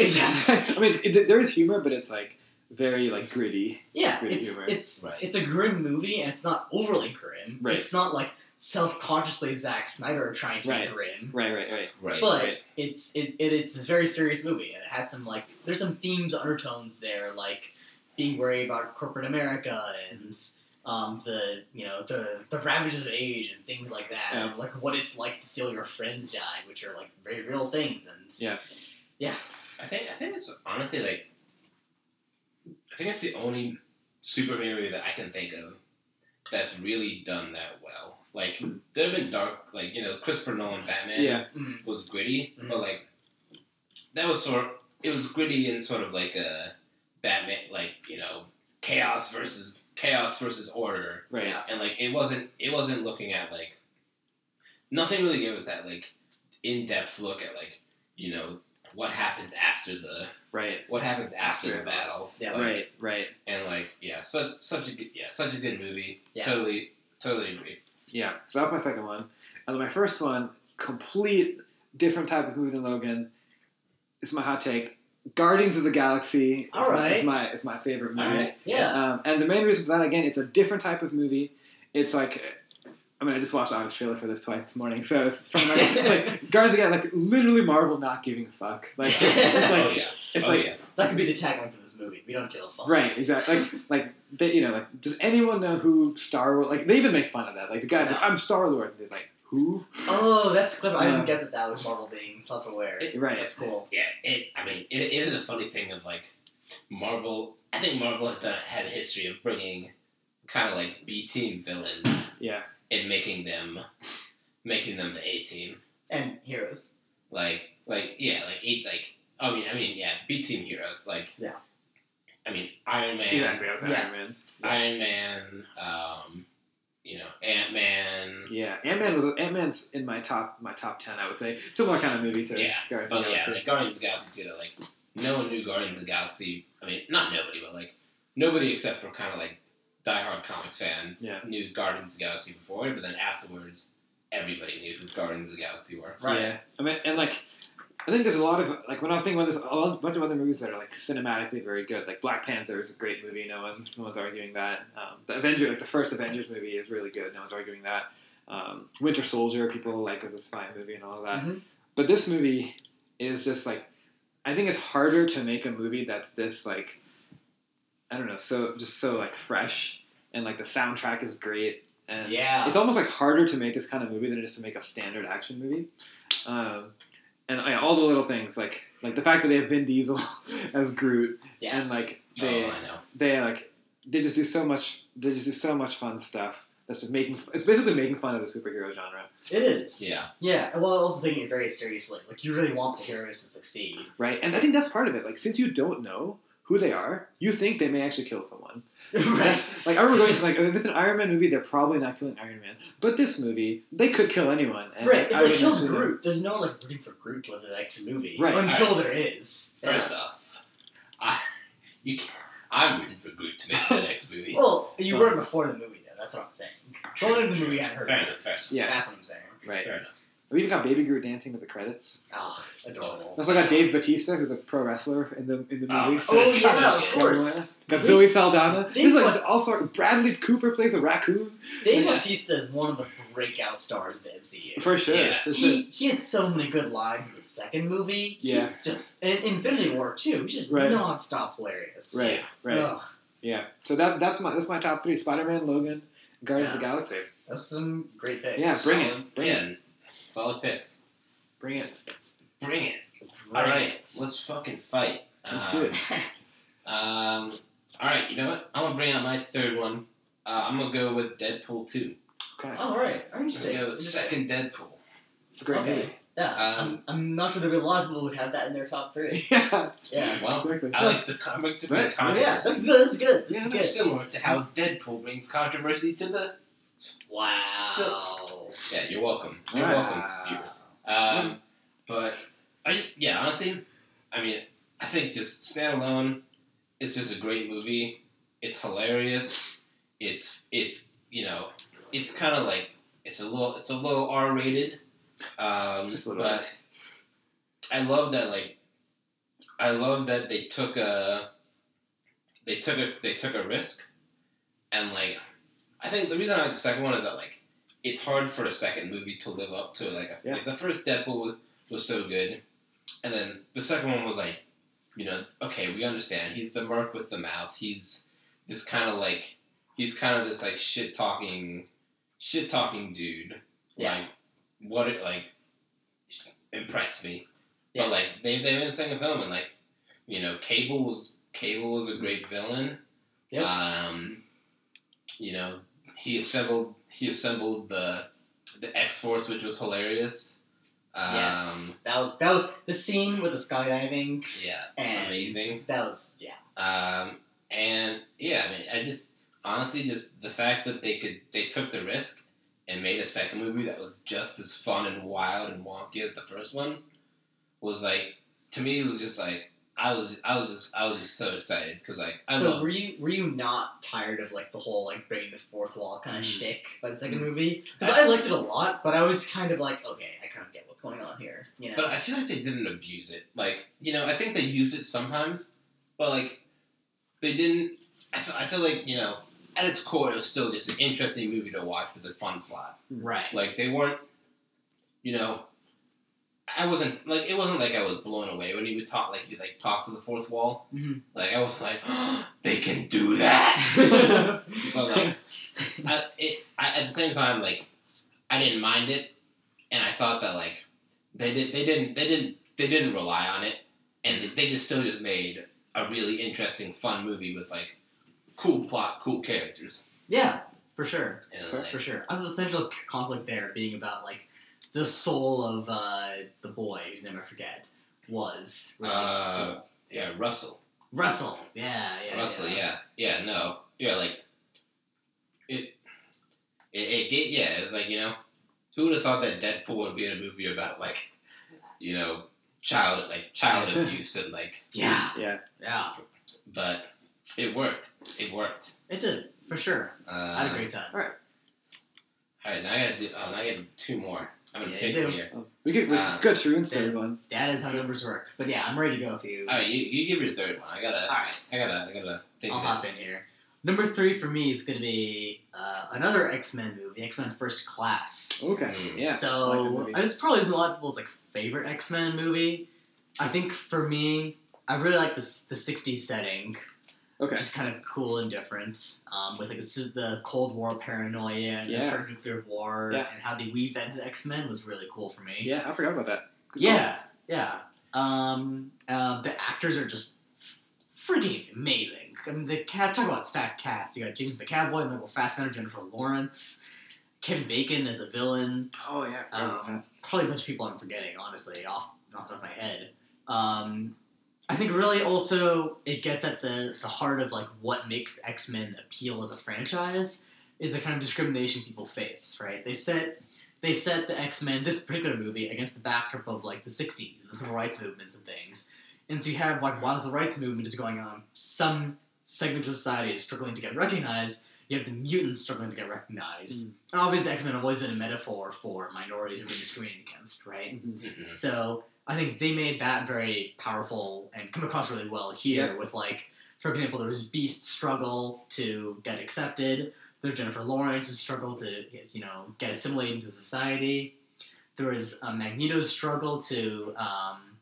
Speaker 3: Exactly.
Speaker 1: I mean, it, there is humor, but it's like very like gritty.
Speaker 3: Yeah,
Speaker 1: Gritty
Speaker 3: it's
Speaker 1: humor.
Speaker 3: it's
Speaker 2: Right.
Speaker 3: it's a grim movie, and it's not overly grim.
Speaker 1: Right.
Speaker 3: It's not like self-consciously Zack Snyder trying to
Speaker 1: Right.
Speaker 3: be grim.
Speaker 1: Right. Right. Right.
Speaker 2: Right.
Speaker 3: But
Speaker 1: right.
Speaker 3: it's it, it it's a very serious movie, and it has some like there's some themes undertones there, like being worried about corporate America and um, the you know the the ravages of age and things like that,
Speaker 1: Yeah.
Speaker 3: and, like what it's like to see all your friends die, which are like very real things, and
Speaker 1: Yeah.
Speaker 2: I think I think it's honestly like I think it's the only superhero movie that I can think of that's really done that well. Like there have been dark, like you know, Christopher Nolan Batman
Speaker 1: Hmm. Yeah. Hmm.
Speaker 3: Mm.
Speaker 2: was gritty,
Speaker 3: Mhm.
Speaker 2: but like that was sort. It was gritty and sort of like a Batman, like you know, chaos versus chaos versus order
Speaker 1: Right.
Speaker 3: Yeah.
Speaker 2: and like it wasn't it wasn't looking at like nothing really gave us that like in-depth look at like you know what happens after the
Speaker 1: Right.
Speaker 2: what happens after
Speaker 1: Sure.
Speaker 2: the battle
Speaker 3: Yeah,
Speaker 2: like,
Speaker 1: Right. Right.
Speaker 2: and like yeah such such a good yeah such a good movie
Speaker 3: Yeah.
Speaker 2: totally totally agree
Speaker 1: Yeah. So that was my second one, and then my first one, complete different type of movie than Logan. It's my hot take. Guardians of the Galaxy. is
Speaker 3: All
Speaker 1: my-
Speaker 3: right.
Speaker 1: Is my is my favorite movie.
Speaker 2: All right.
Speaker 3: yeah.
Speaker 1: Um, and the main reason for that, again, it's a different type of movie. It's like, I mean, I just watched Honest Trailer for this twice this morning, so it's from like, it's like guards again, like literally Marvel not giving a fuck. Like, it's
Speaker 2: oh
Speaker 1: like,
Speaker 2: yeah
Speaker 1: it's
Speaker 2: oh
Speaker 1: like
Speaker 2: yeah
Speaker 3: That could be the tagline for this movie. We don't give a fuck.
Speaker 1: right, exactly. Like, like they, you know, like does anyone know who Star Wars? Like, they even make fun of that. Like, the guy's like, I'm Star Lord. They're like, who?
Speaker 3: Oh, that's clever. I
Speaker 1: Yeah.
Speaker 3: didn't get that that was Marvel being self-aware.
Speaker 1: Right.
Speaker 3: That's cool.
Speaker 2: yeah it I mean it, it is a funny thing of like Marvel I think Marvel has done had a history of bringing kind of like B team villains
Speaker 1: Yeah.
Speaker 2: and making them making them the A team
Speaker 3: And heroes.
Speaker 2: like like yeah like eight like I mean I mean yeah B team heroes like
Speaker 3: Yeah.
Speaker 2: I mean Iron Man
Speaker 1: I was
Speaker 3: yes.
Speaker 2: Iron
Speaker 3: Yes.
Speaker 2: Man um you know Ant Man
Speaker 1: Yeah, Ant Man was Ant Man's in my top my top ten. I would say similar kind of movie to
Speaker 2: Yeah,
Speaker 1: Guardians of
Speaker 2: but
Speaker 1: the
Speaker 2: Oh, yeah
Speaker 1: Galaxy.
Speaker 2: like Guardians of the Galaxy too that like no one knew Guardians of the Galaxy I mean not nobody but like nobody except for kind of like diehard comics fans
Speaker 1: Yeah.
Speaker 2: knew Guardians of the Galaxy before but then afterwards everybody knew who Guardians of the Galaxy were
Speaker 3: Right.
Speaker 1: Yeah. I mean, and like, I think there's a lot of like when I was thinking about this, a lot- bunch of other movies that are like cinematically very good. Like Black Panther is a great movie. No one's no one's arguing that. Um, the Avenger, like the first Avengers movie, is really good. No one's arguing that. Um, Winter Soldier, people like as a spy movie and all of that.
Speaker 3: Mhm.
Speaker 1: But this movie is just like, I think it's harder to make a movie that's this like, I don't know, so just so like fresh and like the soundtrack is great and
Speaker 3: Yeah.
Speaker 1: it's almost like harder to make this kind of movie than it is to make a standard action movie. Um, and yeah, all the little things like like the fact that they have Vin Diesel as Groot
Speaker 3: Yes.
Speaker 1: and like they
Speaker 2: oh I know
Speaker 1: they like they just do so much they just do so much fun stuff that's just making it's basically making fun of the superhero genre,
Speaker 3: It is.
Speaker 2: Yeah.
Speaker 3: Yeah. Well, also taking it very seriously. Like you really want the heroes to succeed.
Speaker 1: right? And I think that's part of it. Like since you don't know who they are. You think they may actually kill someone.
Speaker 5: right.
Speaker 1: That's, like I remember going like if it's an Iron Man movie, they're probably not killing Iron Man. But this movie, they could kill anyone. And
Speaker 3: Right, if
Speaker 1: I
Speaker 3: they
Speaker 1: would
Speaker 3: killed
Speaker 1: actually-
Speaker 3: Groot, there's no like rooting for Groot till the next movie.
Speaker 1: Right.
Speaker 5: Until there is.
Speaker 2: First off, I you can, I'm rooting for Groot to make it to the next movie.
Speaker 3: Well, you
Speaker 1: Well-
Speaker 3: were before the movie though. That's what I'm saying.
Speaker 2: True,
Speaker 3: Going into the
Speaker 2: true.
Speaker 3: movie, I heard.
Speaker 2: Fair enough. Fair enough.
Speaker 1: Yeah.
Speaker 3: That's what I'm saying.
Speaker 1: Right.
Speaker 2: Fair enough.
Speaker 1: We even got Baby Groot dancing with the credits.
Speaker 3: Oh, adorable.
Speaker 1: We also got Dave Batista, who's a pro wrestler in the in the
Speaker 2: Oh,
Speaker 1: movie.
Speaker 2: so
Speaker 3: Oh
Speaker 2: that's
Speaker 3: yeah,
Speaker 2: so
Speaker 3: of
Speaker 2: good.
Speaker 3: course.
Speaker 1: Got
Speaker 3: Dave-
Speaker 1: Zoe Saldana. There's
Speaker 3: Dave
Speaker 1: like
Speaker 3: was-
Speaker 1: all sort. Bradley Cooper plays a raccoon
Speaker 3: Dave
Speaker 2: Yeah.
Speaker 3: Bautista is one of the breakout stars of the MCU.
Speaker 1: for sure.
Speaker 2: Yeah.
Speaker 1: For sure.
Speaker 3: he he has so many good lines in the second movie. He's just and Infinity War too. He's just
Speaker 1: Right.
Speaker 3: nonstop hilarious.
Speaker 1: Right. Right.
Speaker 3: Ugh,
Speaker 1: Yeah. So that that's my that's my top three: Spider Man, Logan, Guardians of the Galaxy.
Speaker 3: that's some great picks.
Speaker 1: Yeah, bring
Speaker 2: Solid-
Speaker 1: it. Bring it.
Speaker 2: yeah, Solid picks.
Speaker 1: Bring it.
Speaker 2: Bring it.
Speaker 3: Bring
Speaker 2: All right.
Speaker 3: it.
Speaker 2: Let's fucking fight.
Speaker 1: Let's
Speaker 2: Um,
Speaker 1: do it.
Speaker 2: Um, all right, you know what? I'm gonna bring out my third one. Uh, I'm gonna go with Deadpool two.
Speaker 1: Okay.
Speaker 3: All right, I'm
Speaker 2: I'm
Speaker 3: just
Speaker 2: gonna go with second
Speaker 3: taking.
Speaker 2: Deadpool.
Speaker 1: It's a great
Speaker 3: okay.
Speaker 1: movie.
Speaker 3: Yeah,
Speaker 2: Um,
Speaker 3: I'm, I'm not sure there'd be a lot of people who would have that in their top three.
Speaker 1: yeah.
Speaker 3: Yeah,
Speaker 2: Well,
Speaker 1: Exactly.
Speaker 2: I like the comic to
Speaker 1: Right,
Speaker 2: the
Speaker 1: right.
Speaker 3: yeah,
Speaker 2: controversy.
Speaker 3: that's good. That's good.
Speaker 2: This is
Speaker 3: This is
Speaker 2: similar to how Deadpool brings controversy to the.
Speaker 3: good. Wow.
Speaker 2: Yeah, you're welcome. You're
Speaker 1: Right.
Speaker 2: welcome, viewers. Um, but I just, yeah, honestly, I mean, I think just standalone, it's just a great movie. It's hilarious. It's it's you know, it's kind of like it's a little it's a little R rated. Um,
Speaker 1: Just a little
Speaker 2: but I love that like I love that they took a they took a they took a risk and like I think the reason I like the second one is that like it's hard for a second movie to live up to like, a,
Speaker 1: Yeah.
Speaker 2: like the first Deadpool was, was so good and then the second one was like you know okay we understand he's the merc with the mouth he's this kind of like he's kind of this like shit talking shit talking dude
Speaker 3: Yeah.
Speaker 2: like what it like impressed me
Speaker 3: Yeah.
Speaker 2: but like they they've been saying a film and like you know Cable was Cable was a great villain
Speaker 3: Yep.
Speaker 2: um you know he assembled he assembled the the X Force which was hilarious um,
Speaker 3: yes, that was that. Was, the scene with the skydiving
Speaker 2: yeah
Speaker 3: and
Speaker 2: amazing
Speaker 3: That was yeah.
Speaker 2: Um, and yeah, I mean, I just honestly just the fact that they could they took the risk and made a second movie that was just as fun and wild and wonky as the first one was like to me it was just like I was I was just I was just so excited because like I
Speaker 3: so
Speaker 2: love
Speaker 3: were you were you not tired of like the whole like breaking the fourth wall kind of
Speaker 2: Mm.
Speaker 3: shtick by the second movie? Because I liked it a lot, but I was kind of like, okay, I kind of get what's going on here. You know?
Speaker 2: But I feel like they didn't abuse it. Like, you know, I think they used it sometimes, but like, they didn't. I feel, I feel like, you know, at its core, it was still just an interesting movie to watch with a fun plot.
Speaker 3: right.
Speaker 2: Like, they weren't, you know, I wasn't, like, it wasn't like I was blown away when he would talk, like, he like talk to the fourth wall.
Speaker 3: Mhm.
Speaker 2: Like, I was like, they can do that!
Speaker 1: yeah.
Speaker 2: but like, I, it, I, at the same time, like, I didn't mind it, and I thought that like they did, they didn't, they didn't, they didn't rely on it, and they just still just made a really interesting, fun movie with like cool plot, cool characters,
Speaker 3: Yeah, for sure,
Speaker 2: and
Speaker 1: Sure,
Speaker 2: like,
Speaker 3: for sure. I thought the central c- conflict there being about like the soul of uh, the boy whose name I forget was really
Speaker 2: uh, yeah, Russell,
Speaker 3: Russell. Yeah, yeah,
Speaker 2: Russell,
Speaker 3: yeah.
Speaker 2: yeah, yeah, no, yeah, like it, it, it get, yeah, it was like you know, who would have thought that Deadpool would be in a movie about like, you know, child like child abuse and like,
Speaker 3: yeah,
Speaker 1: Yeah.
Speaker 3: yeah.
Speaker 2: but it worked, it worked.
Speaker 3: It did for sure.
Speaker 2: Uh,
Speaker 3: I had a great time.
Speaker 2: All right, now I gotta do. Oh, now I gotta do two more. I'm gonna
Speaker 3: Yeah,
Speaker 2: pick
Speaker 3: you do.
Speaker 2: one here.
Speaker 1: Um, We could we
Speaker 2: Uh,
Speaker 1: could go true and third
Speaker 3: then-
Speaker 1: one.
Speaker 3: That is how numbers work. But yeah, I'm ready to go if you.
Speaker 2: All right, you, you give your third one. I gotta.
Speaker 3: All right. Uh-huh.
Speaker 2: I gotta. I gotta think.
Speaker 3: I'll
Speaker 2: of
Speaker 1: Uh-huh.
Speaker 2: it.
Speaker 3: hop in here. Number three for me is going to be uh, another X Men movie, X Men First Class.
Speaker 1: Okay.
Speaker 2: Mm.
Speaker 1: Yeah. I like the
Speaker 3: so
Speaker 1: movie.
Speaker 3: this probably isn't a lot of people's like favorite X Men movie. I think for me, I really like this the '60s setting,
Speaker 1: Okay.
Speaker 3: which is kind of cool and different. Um, with like this is the Cold War paranoia and
Speaker 1: Yeah.
Speaker 3: the threat of nuclear war,
Speaker 1: Yeah.
Speaker 3: and how they weave that into X Men was really cool for me.
Speaker 1: Yeah, I forgot about that. Good
Speaker 3: Yeah, yeah. Um, uh, the actors are just freaking amazing. I mean, the cast. Talk about stacked cast. You got James McAvoy, Michael Fassbender, Jennifer Lawrence, Kim Bacon as a villain.
Speaker 1: call. Oh yeah, I forgot about
Speaker 3: Um,
Speaker 1: that.
Speaker 3: probably a bunch of people I'm forgetting, honestly, off off the top of my head. Um, I think really also it gets at the, the heart of like what makes X Men appeal as a franchise is the kind of discrimination people face, right? They set they set the X Men this particular movie against the backdrop of like the '60s and the civil rights movements and things, and so you have like while the civil rights movement is going on, some segment of society is struggling to get recognized. You have the mutants struggling to get recognized. And obviously, the X Men have always been a metaphor for minorities who are being discriminated against, right?
Speaker 1: Mm-hmm. Mm.
Speaker 2: Mhm.
Speaker 3: So I think they made that very powerful and come across really well here with like, for example, there was Beast's struggle to get accepted. There was Jennifer Lawrence's struggle to you know get assimilated into society. There was uh, Magneto's struggle to um,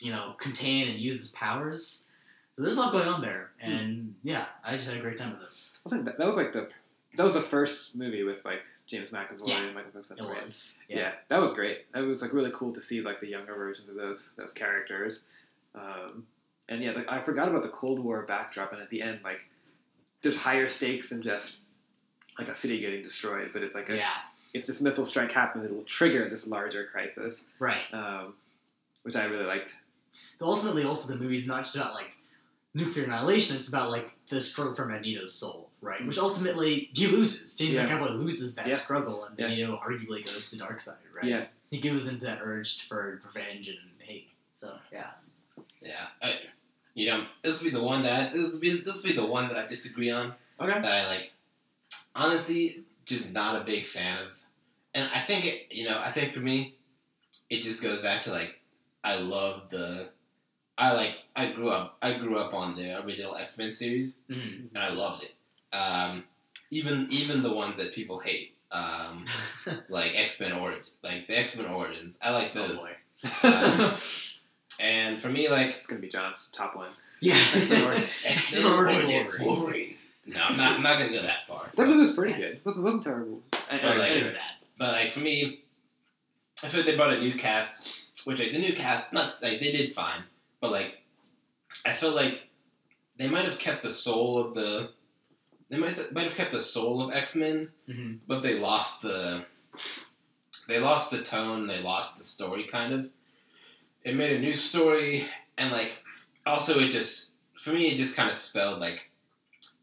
Speaker 3: you know contain and use his powers. So there's a lot going on there,
Speaker 1: Hmm.
Speaker 3: and yeah, I just had a great time with it.
Speaker 1: I think that, that was like the that was the first movie with like James McAvoy
Speaker 3: Yeah.
Speaker 1: and Michael Fassbender.
Speaker 3: It
Speaker 1: right?
Speaker 3: was
Speaker 1: Yeah. that was great. It was like really cool to see like the younger versions of those those characters. Um, and yeah, like, I forgot about the Cold War backdrop, and at the end, like there's higher stakes than just like a city getting destroyed, but it's like a,
Speaker 3: yeah,
Speaker 1: if this missile strike happens, it will trigger this larger crisis,
Speaker 3: right.
Speaker 1: um, which I really liked.
Speaker 3: ultimately also the movie's not just about like nuclear annihilation it's about like the struggle for magneto's soul right which ultimately he loses james
Speaker 1: Yeah.
Speaker 3: mcavoy loses that
Speaker 1: Yeah.
Speaker 3: struggle and
Speaker 1: Yeah.
Speaker 3: magneto arguably goes to the dark side right
Speaker 1: Yeah.
Speaker 3: he gives into that urge for revenge and hate so yeah
Speaker 2: Yeah. I, you know, this will be the one that this will be, this will be the one that I disagree on.
Speaker 3: okay
Speaker 2: That I like. Honestly, just not a big fan of. And I think it, you know, I think for me, it just goes back to like, I love the, I like, I grew up, I grew up on the original X Men series,
Speaker 3: mm.
Speaker 2: and I loved it. Um, even even the ones that people hate, um, like X Men Origins, like the X Men Origins, I like
Speaker 3: oh
Speaker 2: those.
Speaker 3: boy
Speaker 2: Um, and for me, like,
Speaker 1: It's gonna be John's top one.
Speaker 3: yeah
Speaker 1: X-Men Origins.
Speaker 2: X-Men
Speaker 3: X-Men
Speaker 2: Origins
Speaker 3: Origins
Speaker 2: Wolverine. No, I'm not, I'm not gonna go that far.
Speaker 1: That movie was pretty good. It wasn't, wasn't terrible.
Speaker 2: But,
Speaker 1: Alright,
Speaker 2: like,
Speaker 1: anyways.
Speaker 2: but like for me, I feel like they brought a new cast, which like the new cast, not s- like they did fine, but like I felt like they might have kept the soul of the, they might might have kept the soul of X Men,
Speaker 3: Mhm.
Speaker 2: but they lost the, they lost the tone, they lost the story kind of. It made a new story, and like also it just for me it just kind of spelled like,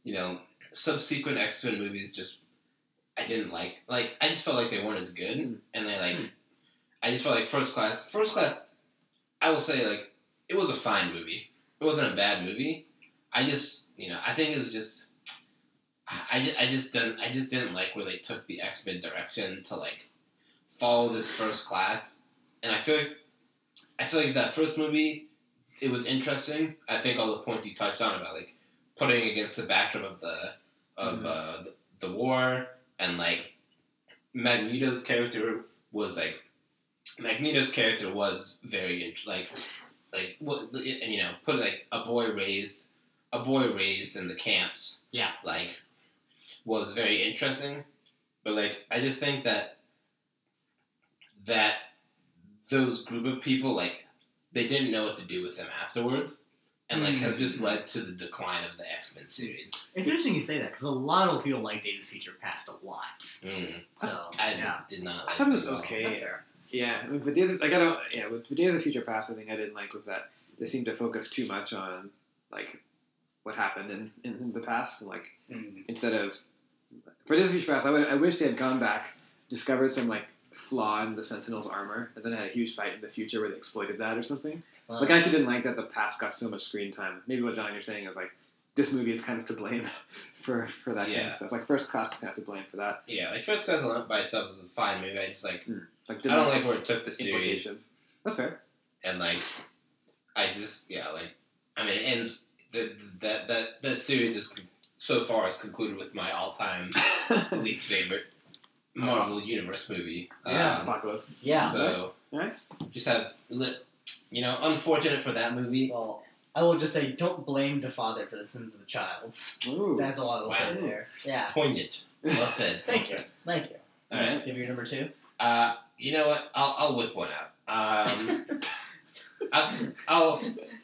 Speaker 2: you know, subsequent X Men movies just I didn't like. Like I just felt like they weren't as good, and they like,
Speaker 3: Hmm.
Speaker 2: I just felt like First Class. First Class, I will say like it was a fine movie. It wasn't a bad movie. I just you know I think it's just. I, I ju- I just didn't I just didn't like where they took the X Men direction to like follow this first class, and I feel like I feel like that first movie it was interesting. I think all the points you touched on about like putting against the backdrop of the of uh, the, the war and like Magneto's character was like Magneto's character was very int- like like what and you know put like a boy raised a boy raised in the camps
Speaker 3: Yeah.
Speaker 2: like was very interesting but like I just think that that those group of people like they didn't know what to do with them afterwards and like has
Speaker 3: Mm.
Speaker 2: just led to the decline of the X-Men series
Speaker 3: it's interesting you say that because a lot of people like days of future past a lot
Speaker 2: Mm.
Speaker 3: so
Speaker 2: I
Speaker 3: yeah
Speaker 2: did not.
Speaker 1: I
Speaker 2: Like
Speaker 1: thought it was
Speaker 2: at all.
Speaker 1: okay.
Speaker 3: Oh, that's fair
Speaker 1: Yeah, I mean, but Days of, I gotta yeah, with with Days of Future Past, the thing I didn't like was that they seemed to focus too much on like what happened in, in, in the past, and like
Speaker 3: Mm.
Speaker 1: instead of for Days of Future Past, I would I wish they had gone back, discovered some like flaw in the Sentinel's armor, and then had a huge fight in the future where they exploited that or something.
Speaker 3: Well,
Speaker 1: Like I actually didn't like that the past got so much screen time. Maybe what John you're saying is like this movie is kind of to blame for for that kind
Speaker 2: Yeah.
Speaker 1: of stuff. Like First Class is kind of to blame for that.
Speaker 2: Yeah, like first class alone by itself was fine. Maybe I just like
Speaker 1: Like
Speaker 2: I
Speaker 1: didn't
Speaker 2: don't
Speaker 1: like
Speaker 2: like where
Speaker 1: the
Speaker 2: it took the series
Speaker 1: implications. That's fair.
Speaker 2: and like I just yeah like I mean it ends the, that that that series is con- so far is concluded with my all time least favorite Marvel Universe movie.
Speaker 3: Oh. Yeah.
Speaker 2: Um,
Speaker 1: Apocalypse.
Speaker 3: yeah
Speaker 2: So
Speaker 1: Alright.
Speaker 2: just have li- you know unfortunate for that movie.
Speaker 3: well I will just say don't blame the father for the sins of the child
Speaker 1: Ooh.
Speaker 3: That's all I will say
Speaker 2: Wow.
Speaker 3: there. Yeah.
Speaker 2: Poignant. Well said.
Speaker 3: Thank you. Thank you.
Speaker 2: All right.
Speaker 3: Do you have your number two?
Speaker 2: Uh, you know what? I'll, I'll whip one out. Um, I, I'll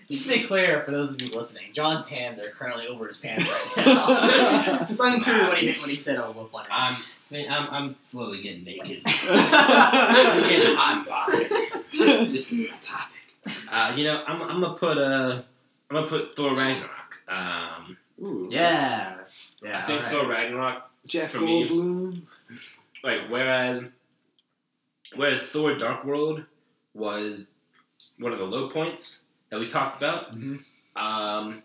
Speaker 3: Just to be clear for those of you listening, John's hands are currently over his pants right now. It's unclear what he meant when he said I'll look one
Speaker 2: I'm,
Speaker 3: out.
Speaker 2: I'm, I'm slowly getting naked. I'm
Speaker 1: yeah.
Speaker 2: getting hot and bothered. This is my topic. Uh, you know, I'm, I'm gonna put uh, I'm gonna put Thor Ragnarok. Um,
Speaker 1: Ooh.
Speaker 3: Yeah. Yeah.
Speaker 2: I think
Speaker 3: alright.
Speaker 2: Thor Ragnarok.
Speaker 1: Jeff
Speaker 2: For me.
Speaker 1: Goldblum.
Speaker 2: Like whereas, whereas Thor Dark World was one of the low points that we talked about.
Speaker 3: Mhm.
Speaker 2: Um,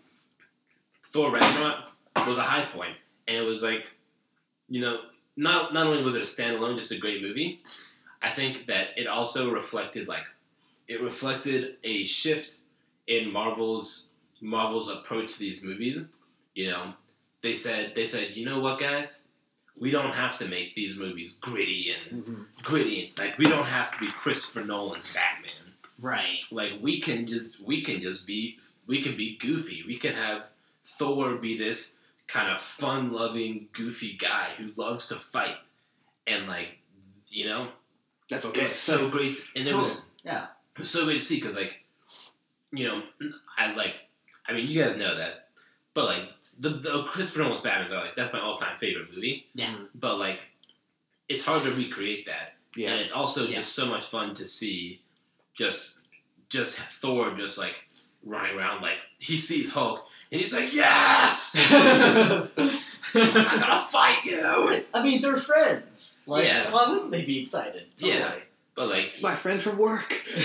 Speaker 2: Thor Ragnarok was a high point, and it was like, you know, not not only was it a standalone, just a great movie. I think that it also reflected like, it reflected a shift in Marvel's Marvel's approach to these movies. You know, they said they said, you know what, guys, we don't have to make these movies gritty and
Speaker 1: Mhm.
Speaker 2: gritty. Like we don't have to be Christopher Nolan's Batman
Speaker 3: Right.
Speaker 2: like we can just we can just be we can be goofy. We can have Thor be this kind of fun loving goofy guy who loves to fight and like you know
Speaker 1: That's
Speaker 2: it was so great and it was
Speaker 3: yeah.
Speaker 2: it was so great to see because like you know I like I mean you guys know that but like the, the Christopher Nolan's Batman's are like that's my all time favorite movie
Speaker 3: Yeah.
Speaker 2: but like it's hard to recreate that and
Speaker 1: Yeah.
Speaker 2: it's also
Speaker 3: Yes.
Speaker 2: just so much fun to see just just Thor just like running around like he sees Hulk and he's like, Yes! I gotta fight you
Speaker 3: I mean, they're friends. Like,
Speaker 2: Yeah.
Speaker 3: why wouldn't they be excited?
Speaker 2: Yeah. But like
Speaker 1: It's my friend from work.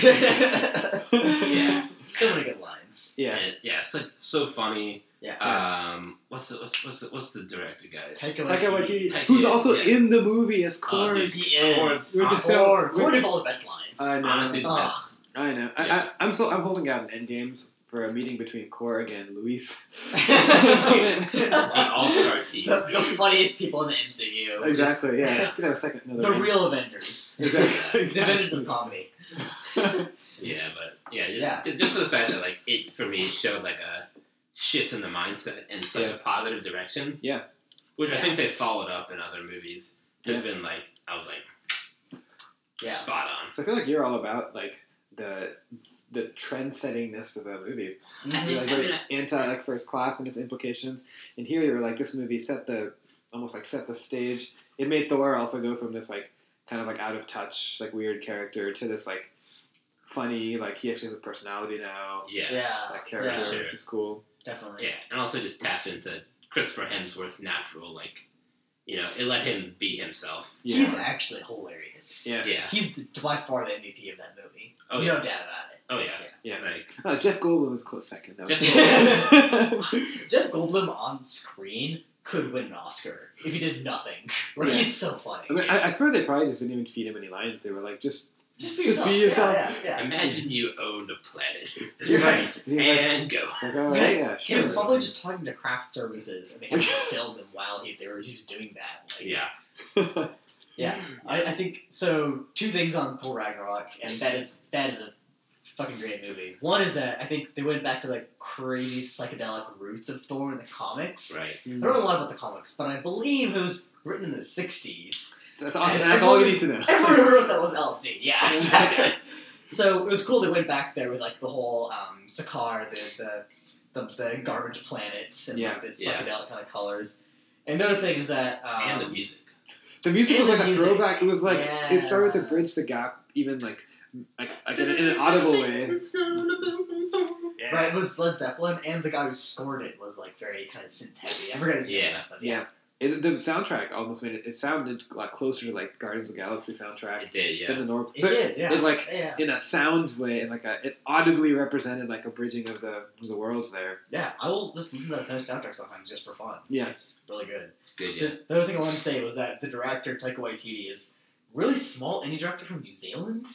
Speaker 3: Totally.
Speaker 2: Yeah.
Speaker 3: so many good lines.
Speaker 1: Yeah.
Speaker 2: and- yeah, it's like so funny.
Speaker 3: Yeah.
Speaker 2: Um what's the what's what's the what's the director guys?
Speaker 3: Taika
Speaker 1: Taika Waititi,
Speaker 2: Taika,
Speaker 1: who's also
Speaker 2: yeah.
Speaker 1: in the movie as
Speaker 2: Oh,
Speaker 1: Korg.
Speaker 2: dude,
Speaker 3: He
Speaker 2: Korg-
Speaker 3: is.
Speaker 1: We're
Speaker 2: Korg-
Speaker 1: just so-
Speaker 3: Or
Speaker 1: we're
Speaker 3: Korg has
Speaker 1: just-
Speaker 3: all the best lines.
Speaker 1: I know.
Speaker 2: honestly the
Speaker 3: Ugh.
Speaker 2: best.
Speaker 1: I know.
Speaker 2: Yeah.
Speaker 1: I, I, I'm so I'm holding out an Endgames for a meeting between Korg and Luis.
Speaker 2: An all star team.
Speaker 3: the, the funniest people in the MCU. Just
Speaker 1: exactly. Yeah.
Speaker 2: yeah.
Speaker 1: Could have a second.
Speaker 3: the
Speaker 1: Another ring.
Speaker 3: real Avengers.
Speaker 1: Exactly.
Speaker 3: the Avengers of comedy.
Speaker 2: Yeah, but yeah, just,
Speaker 3: Yeah.
Speaker 2: just just for the fact that like it for me showed like a shift in the mindset in such
Speaker 1: Yeah.
Speaker 2: a positive direction.
Speaker 1: Yeah.
Speaker 2: Which I
Speaker 3: Yeah.
Speaker 2: think they followed up in other movies. There's been like I was like
Speaker 3: Yeah.
Speaker 2: spot on.
Speaker 1: So I feel like you're all about like the the trend settingness of a movie.
Speaker 3: Mm-hmm.
Speaker 2: I
Speaker 1: You're
Speaker 2: think
Speaker 1: like
Speaker 2: I
Speaker 1: very
Speaker 2: mean,
Speaker 1: anti like first class and its implications. And here you were like this movie set the almost like set the stage. It made Thor also go from this like kind of like out of touch like weird character to this like funny like he actually has a personality now.
Speaker 2: yeah, yeah,
Speaker 3: Yeah.
Speaker 1: That character
Speaker 3: Yeah.
Speaker 2: Sure.
Speaker 1: which is cool.
Speaker 3: Definitely.
Speaker 2: and also just tapped into Christopher Hemsworth natural like, you know, it let him be himself.
Speaker 1: Yeah.
Speaker 3: He's actually hilarious.
Speaker 1: Yeah.
Speaker 2: Yeah.
Speaker 3: He's the, by far the MVP of that movie.
Speaker 2: Oh
Speaker 3: no
Speaker 2: yeah.
Speaker 3: doubt about it.
Speaker 2: Oh yes.
Speaker 1: Yeah.
Speaker 2: Like
Speaker 1: Oh, Jeff Goldblum is close second. Though.
Speaker 2: Jeff
Speaker 3: Jeff Goldblum on screen could win an Oscar if he did nothing. Like,
Speaker 1: Yeah.
Speaker 3: He's so funny.
Speaker 1: I mean, I, I swear they probably just didn't even feed him any lines. They were like, just
Speaker 3: just be
Speaker 1: just
Speaker 3: yourself.
Speaker 1: be yourself.
Speaker 3: Yeah, yeah, yeah.
Speaker 2: imagine you owned a planet.
Speaker 3: You're right.
Speaker 1: He's like,
Speaker 2: and go.
Speaker 1: like, oh,
Speaker 3: Yeah.
Speaker 1: yeah,
Speaker 3: He
Speaker 1: sure.
Speaker 3: was probably just talking to craft services, and they had to film him while he, they were he was doing that. Like,
Speaker 2: Yeah.
Speaker 3: yeah. I, I think so. Two things on Thor Ragnarok, and that is that is a fucking great movie. One is that I think they went back to the crazy psychedelic roots of Thor in the comics.
Speaker 2: Right.
Speaker 1: Mm.
Speaker 3: I don't know a lot about the comics, but I believe it was written in the '60s.
Speaker 1: That's awesome. That's all you need to know.
Speaker 3: Everyone wrote that was LSD. Yeah, exactly. so it was cool they went back there with like the whole um, Sakar, the the, the the garbage planet, and like the
Speaker 2: Yeah.
Speaker 3: psychedelic kind of colors. And the other thing is that um,
Speaker 2: and the music.
Speaker 1: The music
Speaker 3: And
Speaker 1: was
Speaker 3: the
Speaker 1: like a
Speaker 3: music.
Speaker 1: throwback. It was like
Speaker 3: Yeah.
Speaker 1: it started to bridge the gap, even like like, like in, in an audible way. Yeah.
Speaker 3: Right, with Led Zeppelin, and the guy who scored it was like very kind of synth heavy. I forget his name.
Speaker 2: Yeah.
Speaker 3: but
Speaker 1: Yeah. It, the soundtrack almost made it. It sounded a lot closer to like Guardians of the Galaxy soundtrack
Speaker 2: It did, yeah.
Speaker 1: than the normal.
Speaker 3: It
Speaker 1: so
Speaker 3: did, yeah.
Speaker 1: It like
Speaker 3: yeah.
Speaker 1: in a sound way and like a, it audibly represented like a bridging of the of the worlds there.
Speaker 3: Yeah, I will just listen to that sound- soundtrack sometimes just for fun.
Speaker 1: Yeah.
Speaker 3: It's really good.
Speaker 2: It's good, yeah.
Speaker 3: The, the other thing I wanted to say was that the director, Taika Waititi, is really small indie director from New Zealand,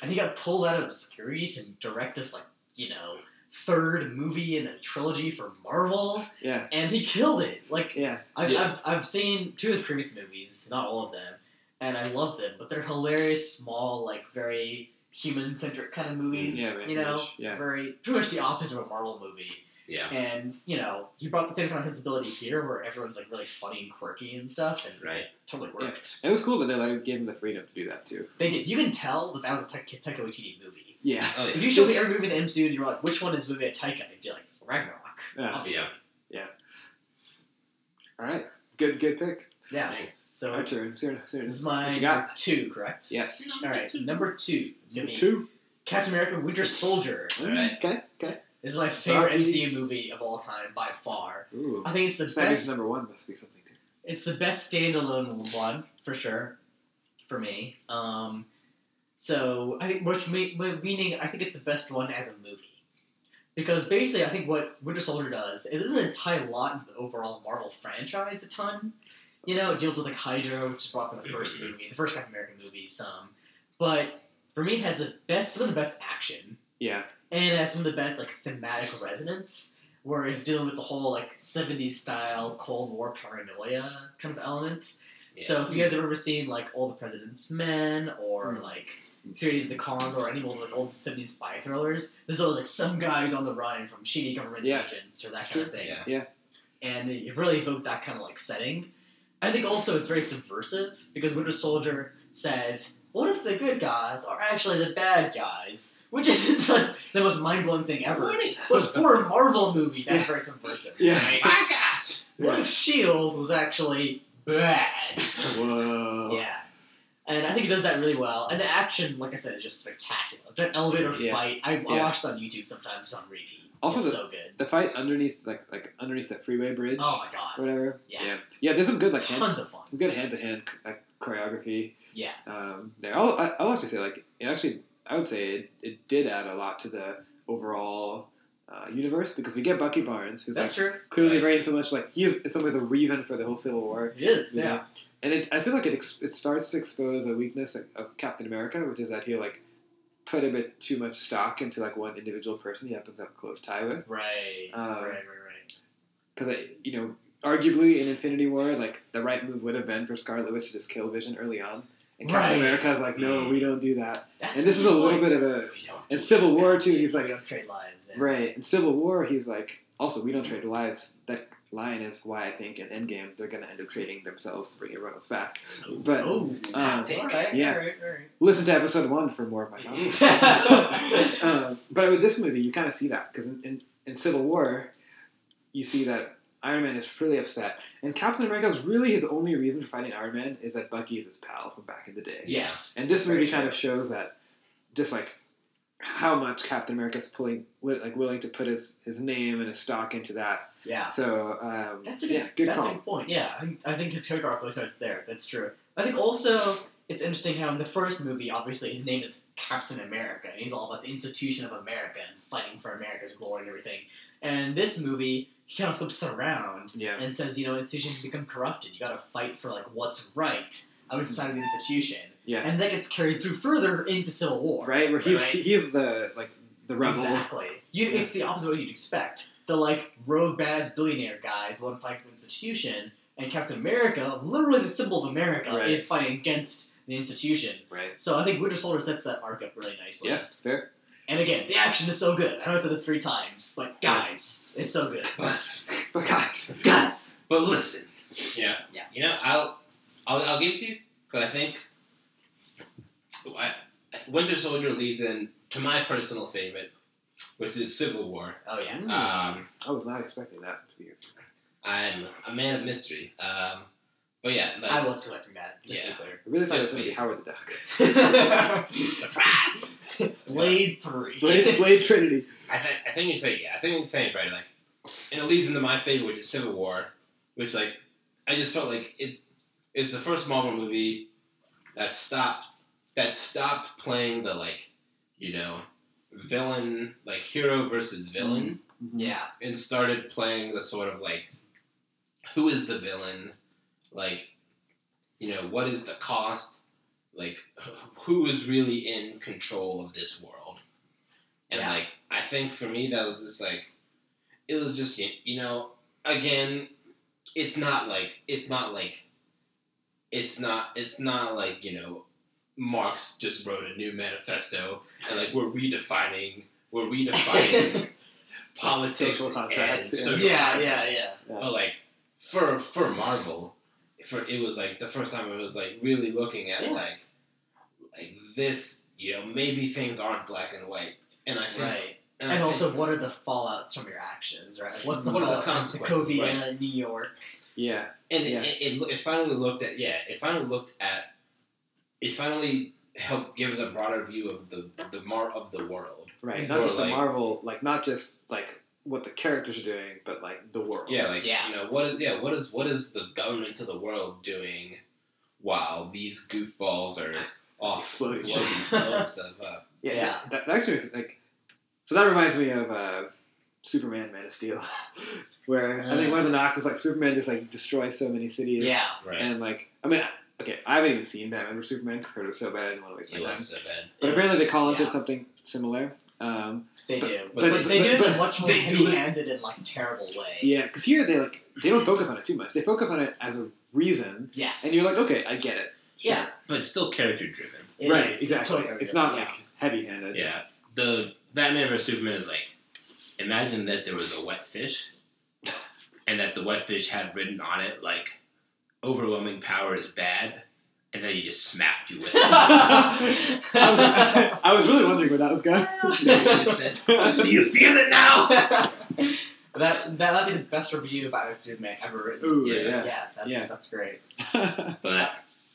Speaker 3: and he got pulled out of obscurity to direct this, like, you know, third movie in a trilogy for Marvel,
Speaker 1: Yeah,
Speaker 3: and he killed it. Like,
Speaker 1: yeah,
Speaker 3: I've,
Speaker 2: Yeah.
Speaker 3: I've, I've seen two of his previous movies, not all of them, and I love them, but they're hilarious, small, like very human centric kind of movies.
Speaker 1: yeah. man,
Speaker 3: you know,
Speaker 1: Rich, yeah.
Speaker 3: very pretty much the opposite of a Marvel movie.
Speaker 2: Yeah.
Speaker 3: And you know, he brought the same kind of sensibility here, where everyone's like really funny and quirky and stuff, and
Speaker 2: Right.
Speaker 3: it totally worked.
Speaker 1: It was cool that they let him give him the freedom to do that too.
Speaker 3: They did. You can tell that that was a Taika Taika Waititi movie.
Speaker 1: Yeah,
Speaker 2: Oh,
Speaker 3: If you showed me every movie in the MCU and you were like, which one is movie at Taika, I'd be like Ragnarok.
Speaker 1: Yeah.
Speaker 3: obviously.
Speaker 1: All right, good, good pick.
Speaker 3: Yeah.
Speaker 2: Nice.
Speaker 3: So
Speaker 1: Our turn. Soon, soon.
Speaker 3: this is my
Speaker 1: What you got?
Speaker 3: number two, correct?
Speaker 1: Yes.
Speaker 3: All right, number two. It's gonna be
Speaker 1: Two.
Speaker 3: Captain America: Winter Soldier
Speaker 2: Alright.
Speaker 1: Okay, okay.
Speaker 3: is my favorite
Speaker 1: Rocky.
Speaker 3: MCU movie of all time by far.
Speaker 1: Ooh.
Speaker 3: I think it's the
Speaker 1: So that means
Speaker 3: best.
Speaker 1: number one must be something different.
Speaker 3: It's the best standalone one for sure, for me. Um, so I think which me- me- meaning I think it's the best one as a movie. Because basically, I think what Winter Soldier does is it doesn't tie a lot into the overall Marvel franchise a ton. You know, it deals with like Hydra, which is brought up in the first movie, the first Captain America movie, some. But for me, it has the best, some of the best action
Speaker 1: Yeah.
Speaker 3: and it has some of the best like thematic resonance where it's dealing with the whole like 70s style cold war paranoia kind of element so if you guys have ever seen like all the president's men or
Speaker 1: Mm.
Speaker 3: like Series of the Kong or any old like old 70s spy thrillers there's always like some guy who's on the run from shady government
Speaker 1: Yeah.
Speaker 3: agents or that
Speaker 1: It's
Speaker 3: kind of
Speaker 1: true.
Speaker 3: thing
Speaker 2: Yeah.
Speaker 1: Yeah.
Speaker 3: and it really evoked that kind of like setting I think also it's very subversive because Winter Soldier says, "What if the good guys are actually the bad guys?" Which is like the most mind blowing thing ever. But for a Marvel movie, that's very subversive.
Speaker 1: Yeah.
Speaker 2: My gosh.
Speaker 3: What if Shield E was actually bad?
Speaker 1: Whoa.
Speaker 3: Yeah, and I think it does that really well. And the action, like I said, is just spectacular. That elevator
Speaker 1: Yeah.
Speaker 3: fight, I, I
Speaker 1: Yeah.
Speaker 3: watch it on YouTube sometimes on repeat.
Speaker 1: Also
Speaker 3: it's
Speaker 1: the-
Speaker 3: so good.
Speaker 1: The fight underneath, like like underneath that freeway bridge
Speaker 3: Oh my god,
Speaker 1: or whatever.
Speaker 3: Yeah.
Speaker 1: yeah. Yeah, There's some good like hand,
Speaker 3: tons of fun.
Speaker 1: some good hand to hand choreography.
Speaker 3: Yeah.
Speaker 1: Um, there, I'll, I- I'll actually say like it actually I would say it, it did add a lot to the overall uh, universe because we get Bucky Barnes who's
Speaker 3: That's
Speaker 1: like
Speaker 3: true.
Speaker 1: clearly
Speaker 2: Right.
Speaker 1: very influential. Like he is in some ways a reason for the whole Civil War.
Speaker 3: It is.
Speaker 1: you know?
Speaker 3: Yeah.
Speaker 1: And it, I feel like it, ex- it starts to expose a weakness of, of Captain America, which is that he like put a bit too much stock into like one individual person he happens to have a close tie with.
Speaker 3: Right.
Speaker 1: Um,
Speaker 3: right. Right. Right.
Speaker 1: Because you know, arguably in Infinity War, like the right move would have been for Scarlet Witch to just kill Vision early on, and Captain
Speaker 3: Right.
Speaker 1: America is like, no,
Speaker 2: Mm.
Speaker 1: we don't do that.
Speaker 3: That's
Speaker 1: and this is a little bit of
Speaker 3: a.
Speaker 1: a and Civil War too. He's like,
Speaker 3: We don't trade lives. Yeah.
Speaker 1: Right. In Civil War, he's like, also, we don't trade lives. That line is why I think in Endgame they're going to end up trading themselves to bring everyone else back. But
Speaker 3: Oh,
Speaker 1: Um,
Speaker 3: take.
Speaker 1: right, yeah.
Speaker 3: All right, all right.
Speaker 1: listen to episode one for more of my thoughts. um, but with this movie, you kind of see that because in, in, in Civil War, you see that Iron Man is really upset, and Captain America's really his only reason for fighting Iron Man is that Bucky is his pal from back in the day.
Speaker 3: Yes.
Speaker 1: And this
Speaker 3: Very
Speaker 1: movie kind of shows that, just like how much Captain America is pulling, wi- like willing to put his, his name and his stock into that.
Speaker 3: Yeah.
Speaker 1: So um,
Speaker 3: That's a good,
Speaker 1: yeah, good
Speaker 3: that's
Speaker 1: call.
Speaker 3: a good point. Yeah, I, think- I think his character arc also it's there. That's true. I think also it's interesting how in the first movie, obviously his name is Captain America, and he's all about the institution of America and fighting for America's glory and everything. And in this movie, he kind of flips it around
Speaker 1: yeah,
Speaker 3: and says, you know, institutions become corrupted. You got to fight for like what's right outside of the institution,
Speaker 1: yeah,
Speaker 3: and that gets carried through further into Civil War.
Speaker 1: right. Where he's
Speaker 3: Right.
Speaker 1: he's the like the rebel.
Speaker 3: Exactly. You, It's the opposite of what you'd expect. The like rogue badass billionaire guy is the one fighting for the institution, and Captain America, literally the symbol of America,
Speaker 1: Right.
Speaker 3: is fighting against the institution.
Speaker 1: Right.
Speaker 3: So I think Winter Soldier sets that arc up really nicely.
Speaker 1: Yeah, fair.
Speaker 3: And again, the action is so good. I know I said this three times, but guys, it's so good.
Speaker 1: But guys,
Speaker 3: Guys,
Speaker 2: But listen, yeah,
Speaker 3: Yeah.
Speaker 2: You know, I'll, I'll, I'll give it to you because I think I, Winter Soldier leads in to my personal favorite, which is Civil War.
Speaker 3: oh yeah,
Speaker 2: Um,
Speaker 1: I was not expecting that to be. your-
Speaker 2: I'm a man of mystery. Um, but yeah, like,
Speaker 3: I was collecting that. Just to
Speaker 2: Yeah.
Speaker 3: be clear.
Speaker 1: I really thought it was
Speaker 2: Just
Speaker 1: going to
Speaker 2: me.
Speaker 1: be Howard the Duck.
Speaker 2: surprise.
Speaker 3: Blade three.
Speaker 1: Blade, Blade Trinity.
Speaker 2: I, th- I think you're saying yeah. I think you're saying right. Like, and it leads into my favorite, which is Civil War, which like I just felt like it. It's the first Marvel movie that stopped that stopped playing the like you know villain like hero versus villain
Speaker 1: Mm-hmm.
Speaker 3: yeah,
Speaker 2: and started playing the sort of like who is the villain like you know what is the cost like wh- who is really in control of this world and
Speaker 3: Yeah.
Speaker 2: like i think for me that was just like it was just y- you know again it's not like it's not like it's not it's not like you know marx just wrote a new manifesto and like we're redefining we're redefining politics
Speaker 1: Social
Speaker 2: and
Speaker 1: contracts, yeah.
Speaker 2: social
Speaker 3: yeah,
Speaker 2: contracts.
Speaker 3: yeah, yeah.
Speaker 2: But like for for Marvel, for it was like the first time it was like really looking at
Speaker 3: Yeah.
Speaker 2: like like this, you know, maybe things aren't black and white. And I think
Speaker 3: Right.
Speaker 2: and, I think-
Speaker 3: And also, what are the fallouts from your actions, right? Like, what's the
Speaker 2: What are the
Speaker 3: fallout from
Speaker 2: consequences,
Speaker 3: Sokovia, New York?
Speaker 1: Yeah,
Speaker 2: and
Speaker 1: yeah.
Speaker 2: it, it, it, lo- it finally looked at yeah, it finally looked at it finally
Speaker 6: help gives a broader view of the the mar of the world.
Speaker 1: right? Not
Speaker 6: Or
Speaker 1: just the
Speaker 6: like-
Speaker 1: Marvel, like not just like what the characters are doing, but like the world.
Speaker 6: Yeah, like
Speaker 3: Yeah.
Speaker 6: you know what is yeah what is what is the government of the world doing while these goofballs are off
Speaker 1: Exploding
Speaker 6: blowing, blowing stuff
Speaker 2: uh,
Speaker 6: up?
Speaker 1: yeah.
Speaker 3: Yeah.
Speaker 1: That, that actually is like so. That reminds me of uh, Superman, Man of Steel, where I think one of the knocks is like Superman just like destroys so many cities.
Speaker 3: Yeah.
Speaker 6: Right.
Speaker 1: And like, I mean, okay, I haven't even seen Batman vs Superman because it was so bad I didn't want to waste my
Speaker 6: It
Speaker 1: time.
Speaker 6: was so bad.
Speaker 1: But apparently they call it
Speaker 3: Yeah.
Speaker 1: something similar. Um,
Speaker 3: They
Speaker 1: But-
Speaker 3: do.
Speaker 6: but-
Speaker 3: But,
Speaker 6: but-
Speaker 3: they do
Speaker 1: but-
Speaker 3: it in a much more
Speaker 6: they do it-
Speaker 3: heavy-handed and like terrible way.
Speaker 1: yeah, because here they like they don't focus on it too much. They focus on it as a reason,
Speaker 3: Yes.
Speaker 1: and you're like, oh, okay, I get it. Sure.
Speaker 3: Yeah.
Speaker 2: but it's still character driven.
Speaker 3: It
Speaker 1: right,
Speaker 3: is. It's
Speaker 1: exactly.
Speaker 3: totally
Speaker 1: It's not
Speaker 3: yeah.
Speaker 1: like heavy-handed.
Speaker 2: Yeah, the Batman vs Superman is like, imagine that there was a wet fish, and that the wet fish had written on it like, overwhelming power is bad, and then you just smacked you with it.
Speaker 1: I, was, I was really wondering where that was going.
Speaker 2: You just said, Do you feel it now?
Speaker 3: that that might be the best review about a Superman ever written.
Speaker 1: Ooh,
Speaker 2: Yeah. Oh
Speaker 1: yeah.
Speaker 3: Yeah, that's,
Speaker 1: Yeah.
Speaker 3: that's great.
Speaker 2: But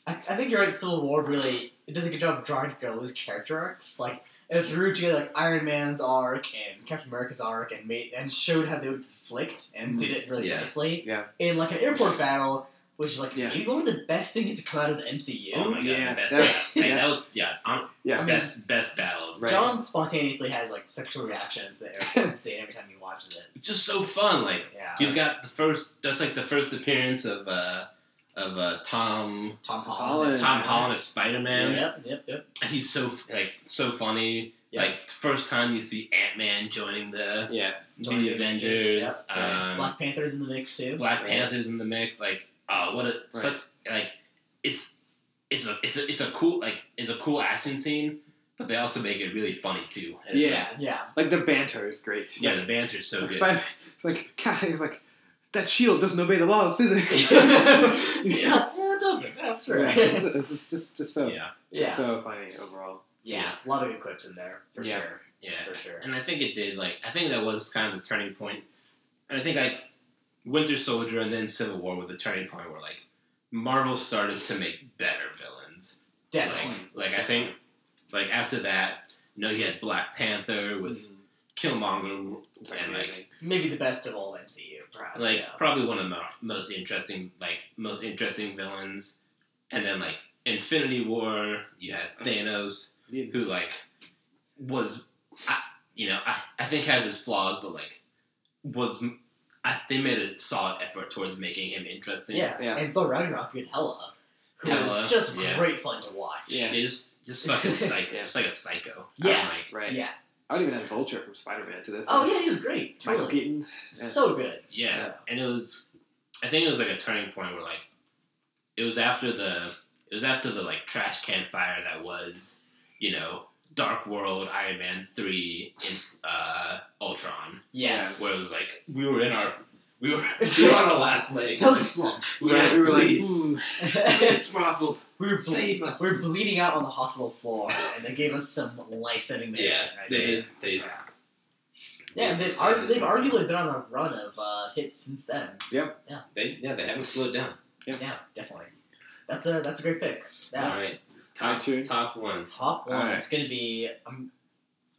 Speaker 3: I, I think you're right. Civil War really it does a good job of drawing together all these character arcs. Like it drew together like Iron Man's arc and Captain America's arc and made and showed how they would conflict and did it really
Speaker 2: Mm, Yeah.
Speaker 3: nicely.
Speaker 1: Yeah.
Speaker 3: In like an airport battle, which is like
Speaker 1: Yeah.
Speaker 3: maybe one of the best things to come out of the MCU.
Speaker 2: oh my god,
Speaker 1: Yeah,
Speaker 2: the best
Speaker 1: that-
Speaker 2: battle. Like,
Speaker 1: yeah.
Speaker 2: that was yeah, on,
Speaker 1: Yeah.
Speaker 3: I mean,
Speaker 2: best best battle.
Speaker 1: Right.
Speaker 3: John spontaneously has like sexual reactions that are insane every time he watches it.
Speaker 2: It's just so fun. Like
Speaker 3: Yeah.
Speaker 2: you've got the first. That's like the first appearance of uh of uh Tom
Speaker 3: Tom
Speaker 1: Holland.
Speaker 3: Holland.
Speaker 2: Tom Holland as Spider Man.
Speaker 3: Yep, yep, yep.
Speaker 2: And he's so f- like so funny.
Speaker 3: Yeah.
Speaker 2: Like first time you see Ant Man joining the
Speaker 1: Yeah.
Speaker 3: Joining
Speaker 2: the
Speaker 3: the
Speaker 2: Avengers.
Speaker 3: Avengers,
Speaker 2: Um, Black,
Speaker 3: Black Panther's in the mix too.
Speaker 2: Panther's in the mix. Like oh, what a such like it's it's a it's a it's a cool like it's a cool action scene, but they also make it really funny too. And it's
Speaker 1: Yeah.
Speaker 2: like,
Speaker 3: Yeah.
Speaker 1: Like the banter is great too.
Speaker 2: yeah, the banter's so
Speaker 1: Like
Speaker 2: good.
Speaker 1: Spider-Man, it's like, God, he's like, that shield doesn't obey the law of physics.
Speaker 2: Yeah.
Speaker 3: it doesn't. That's
Speaker 1: Yeah,
Speaker 3: right.
Speaker 1: it's, it's just, just, just so,
Speaker 2: yeah,
Speaker 3: yeah.
Speaker 1: just so funny overall.
Speaker 3: yeah. A lot of good quips in there, for
Speaker 1: Yeah.
Speaker 3: sure.
Speaker 2: yeah.
Speaker 3: For sure.
Speaker 2: And I think it did. Like I think that was kind of the turning point. And I think like Winter Soldier and then Civil War were the turning point where like Marvel started to make better villains.
Speaker 3: Definitely.
Speaker 2: Like, like I think, like after that, you know, he had Black Panther with Killmonger,
Speaker 1: Mm-hmm. It's like
Speaker 2: and
Speaker 1: amazing.
Speaker 2: like,
Speaker 3: Maybe the best of all MCU, perhaps.
Speaker 2: like
Speaker 3: yeah.
Speaker 2: probably one of the mo- most interesting, like most interesting villains. And then like Infinity War, you had Thanos,
Speaker 1: Yeah.
Speaker 2: who like was, I, you know, I, I think has his flaws, but like was. I, they made a solid effort towards making him interesting.
Speaker 3: yeah.
Speaker 1: Yeah.
Speaker 3: And Thor Ragnarok, good hella. Who was
Speaker 2: Hela,
Speaker 3: just
Speaker 2: yeah.
Speaker 3: great fun to watch.
Speaker 1: Yeah.
Speaker 2: He's just fucking psycho. It's like a psycho. I'm
Speaker 3: Yeah.
Speaker 2: like,
Speaker 1: right.
Speaker 3: Yeah.
Speaker 1: I would even add Vulture from Spider-Man to this.
Speaker 3: Oh, yeah, he was great.
Speaker 1: Michael
Speaker 3: Totally.
Speaker 1: Keaton.
Speaker 3: So good.
Speaker 2: Yeah.
Speaker 1: Yeah.
Speaker 2: and it was, I think it was like a turning point where like, it was after the it was after the like trash can fire that was, you know, Dark World, Iron Man three, and uh, Ultron,
Speaker 3: Yes.
Speaker 2: where it was like we were in our we were, we were on our last legs.
Speaker 3: that was a slump.
Speaker 2: We were,
Speaker 1: Yeah,
Speaker 2: like,
Speaker 1: we were like,
Speaker 2: please,
Speaker 1: "Ooh."
Speaker 2: please, Marvel,
Speaker 3: we were ble-
Speaker 2: save us.
Speaker 3: we were bleeding out on the hospital floor, and they gave us some life-saving medicine.
Speaker 2: yeah,
Speaker 3: right there.
Speaker 2: they, they,
Speaker 3: Yeah, yeah they've, ar- they've arguably been on a run of uh, hits since then.
Speaker 2: they, yeah, they haven't slowed down.
Speaker 1: Yeah.
Speaker 3: Yeah, definitely. That's a that's a great pick.
Speaker 2: All
Speaker 3: Yeah,
Speaker 2: right, top
Speaker 1: iTunes.
Speaker 2: top ones.
Speaker 3: top one.
Speaker 1: Alright.
Speaker 3: It's gonna be. I'm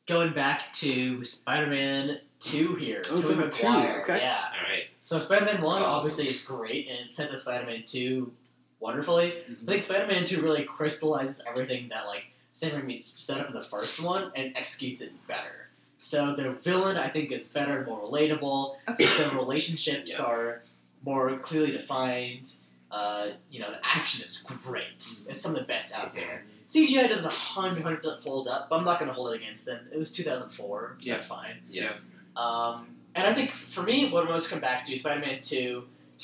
Speaker 3: going back to Spider-Man Two here.
Speaker 1: Oh,
Speaker 3: Tobey
Speaker 1: Spider-Man 2,
Speaker 3: Maguire.
Speaker 1: okay.
Speaker 3: Yeah.
Speaker 2: All right,
Speaker 3: So Spider-Man One
Speaker 2: Solid.
Speaker 3: obviously is great and it sets up Spider-Man Two wonderfully. I think Spider-Man Two really crystallizes everything that like Sam Raimi set up in the first one and executes it better. So the villain I think is better, more relatable. the relationships are more clearly defined. Uh, you know, the action is great. It's some of the best out there. CGI doesn't 100% hold up, but I'm not going to hold it against them. It was 2004.
Speaker 1: Yeah.
Speaker 3: That's fine.
Speaker 2: yeah,
Speaker 3: Um, and I think for me, what most come back to Spider Man 2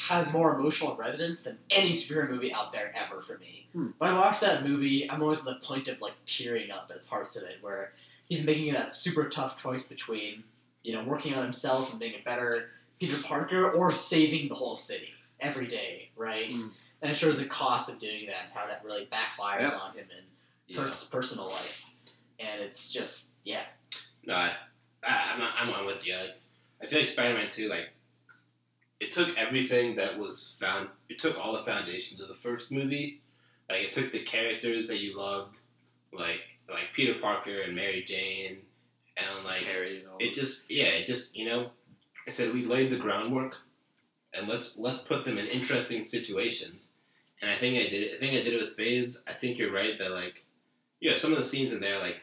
Speaker 3: has more emotional resonance than any superhero movie out there ever for me.
Speaker 1: Hmm.
Speaker 3: When I watch that movie, I'm always on the point of like tearing up at parts of it where he's making that super tough choice between, you know, working on himself and being a better Peter Parker or saving the whole city every day, right?
Speaker 1: Hmm.
Speaker 3: And it shows the cost of doing that and how that really backfires on him and
Speaker 2: yeah.
Speaker 3: hurts personal life. And it's just, yeah.
Speaker 2: No, I, I, I'm, I'm on with you. Like, I feel like Spider-Man Two, like, it took everything that was found. It took all the foundations of the first movie. Like, it took the characters that you loved, like like Peter Parker and Mary Jane, and like
Speaker 1: Harry and all.
Speaker 2: it just yeah it just you know I said we laid the groundwork and let's let's put them in interesting situations and I think I did it I think I did it with Spades I think you're right that like yeah some of the scenes in there like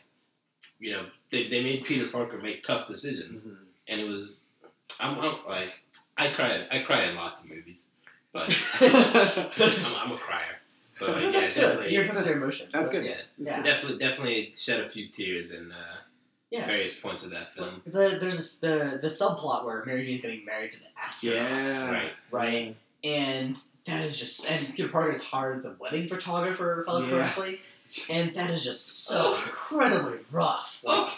Speaker 2: you know they, they made Peter Parker make tough decisions
Speaker 1: Mhm.
Speaker 2: and it was I'm, I'm like I cried I cry in lots of movies but I'm, I'm a crier but like, yeah,
Speaker 3: that's good.
Speaker 2: definitely
Speaker 3: You're talking about their emotions.
Speaker 1: That's good.
Speaker 2: yeah,
Speaker 3: Yeah.
Speaker 2: definitely definitely shed a few tears in uh,
Speaker 3: Yeah.
Speaker 2: various points of that film
Speaker 3: The, there's the the subplot where Mary Jane's getting married to the astronauts,
Speaker 1: Yeah.
Speaker 2: right
Speaker 3: right? And that is just and Peter Parker is hired as the wedding photographer, if I recall
Speaker 1: Yeah.
Speaker 3: correctly, and that is just so
Speaker 2: Ugh.
Speaker 3: incredibly rough. Like,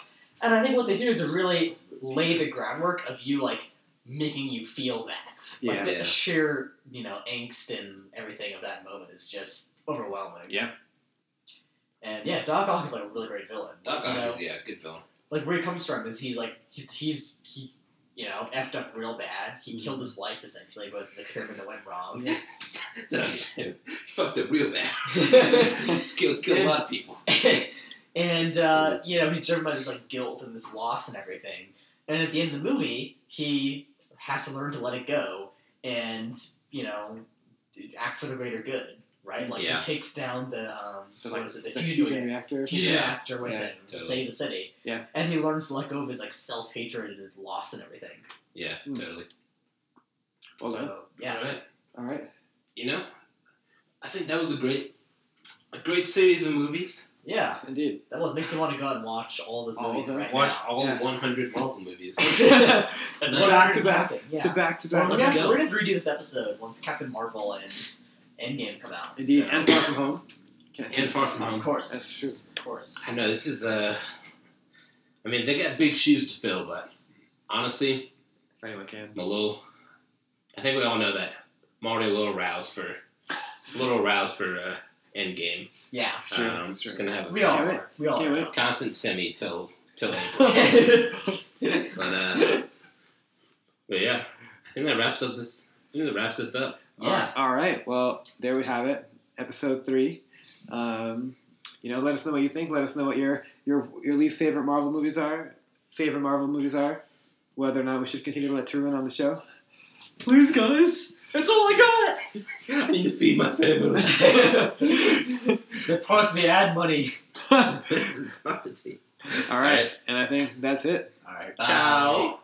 Speaker 3: and I think what they do is they really lay the groundwork of you like making you feel that,
Speaker 1: Yeah.
Speaker 3: like the
Speaker 2: Yeah.
Speaker 3: sheer you know angst and everything of that moment is just overwhelming.
Speaker 1: Yeah.
Speaker 3: And yeah, Doc Ock is like a really great villain.
Speaker 2: Doc
Speaker 3: you
Speaker 2: Ock
Speaker 3: know?
Speaker 2: is yeah, good villain.
Speaker 3: like where he comes from is he's like he's he's he you know effed up real bad.
Speaker 2: Mm-hmm.
Speaker 3: He killed his wife essentially, but it's an experiment that went wrong.
Speaker 2: That's what I'm saying. He fucked up real bad. He's killed, killed
Speaker 3: And-
Speaker 2: a lot of people.
Speaker 3: and uh, you know he's driven by this like guilt and this loss and everything. And at the end of the movie, he has to learn to let it go and you know act for the greater good, right? Like
Speaker 2: Yeah.
Speaker 3: he takes down the um,
Speaker 1: The,
Speaker 3: what
Speaker 1: like,
Speaker 3: is it,
Speaker 1: the
Speaker 3: the
Speaker 1: fusion reactor.
Speaker 3: fusion
Speaker 2: Yeah.
Speaker 3: actor with
Speaker 1: Yeah,
Speaker 3: him to
Speaker 2: totally.
Speaker 3: save the city.
Speaker 1: Yeah.
Speaker 3: and he learns to let go of his like self hatred and loss and everything.
Speaker 2: Yeah,
Speaker 1: Mm.
Speaker 2: totally.
Speaker 1: Well done.
Speaker 3: so yeah,
Speaker 2: Alright.
Speaker 1: All right.
Speaker 2: You know, I think that was a great, a great series of movies.
Speaker 3: yeah.
Speaker 1: Indeed.
Speaker 3: That was makes me want to go out and watch all those
Speaker 1: All
Speaker 3: movies
Speaker 1: of them?
Speaker 3: right
Speaker 2: Watch
Speaker 3: now.
Speaker 2: all
Speaker 1: Yeah.
Speaker 2: 100 Marvel movies.
Speaker 1: to
Speaker 2: Tonight.
Speaker 1: What back to back.
Speaker 3: Captain, Yeah.
Speaker 1: back to back.
Speaker 3: Well, we're,
Speaker 2: let's
Speaker 3: gonna,
Speaker 2: go.
Speaker 3: we're gonna have to redo this episode once Captain Marvel and Endgame come out.
Speaker 1: Indeed.
Speaker 3: so-
Speaker 1: And far from home. Can't-
Speaker 2: and Far From
Speaker 3: of
Speaker 2: Home.
Speaker 3: course,
Speaker 1: That's true.
Speaker 3: of course.
Speaker 2: I know this is Uh, I mean, they got big shoes to fill, but honestly,
Speaker 1: If anyone can.
Speaker 2: I'm a little. I think we all know that. I'm already a little roused for, a little roused for uh, Endgame.
Speaker 3: Yeah,
Speaker 1: It's true.
Speaker 2: Um,
Speaker 1: it's
Speaker 2: just
Speaker 1: true.
Speaker 2: gonna have a
Speaker 3: we all
Speaker 1: Can't
Speaker 3: are. We all
Speaker 1: Can't
Speaker 3: are.
Speaker 2: constant semi till till April.
Speaker 3: All
Speaker 2: But, uh, but yeah, I think that wraps up this. I think that wraps this up.
Speaker 3: Yeah.
Speaker 1: All right. Well, there we have it. Episode three. Um, you know, let us know what you think. Let us know what your your your least favorite Marvel movies are. Favorite Marvel movies are. Whether or not we should continue to let Truman on the show. Please, guys. It's all I
Speaker 2: I need to feed my family.
Speaker 3: They're parts of the ad money.
Speaker 1: got. all right. And I think that's it.
Speaker 3: All right.
Speaker 2: Ciao.
Speaker 3: bye.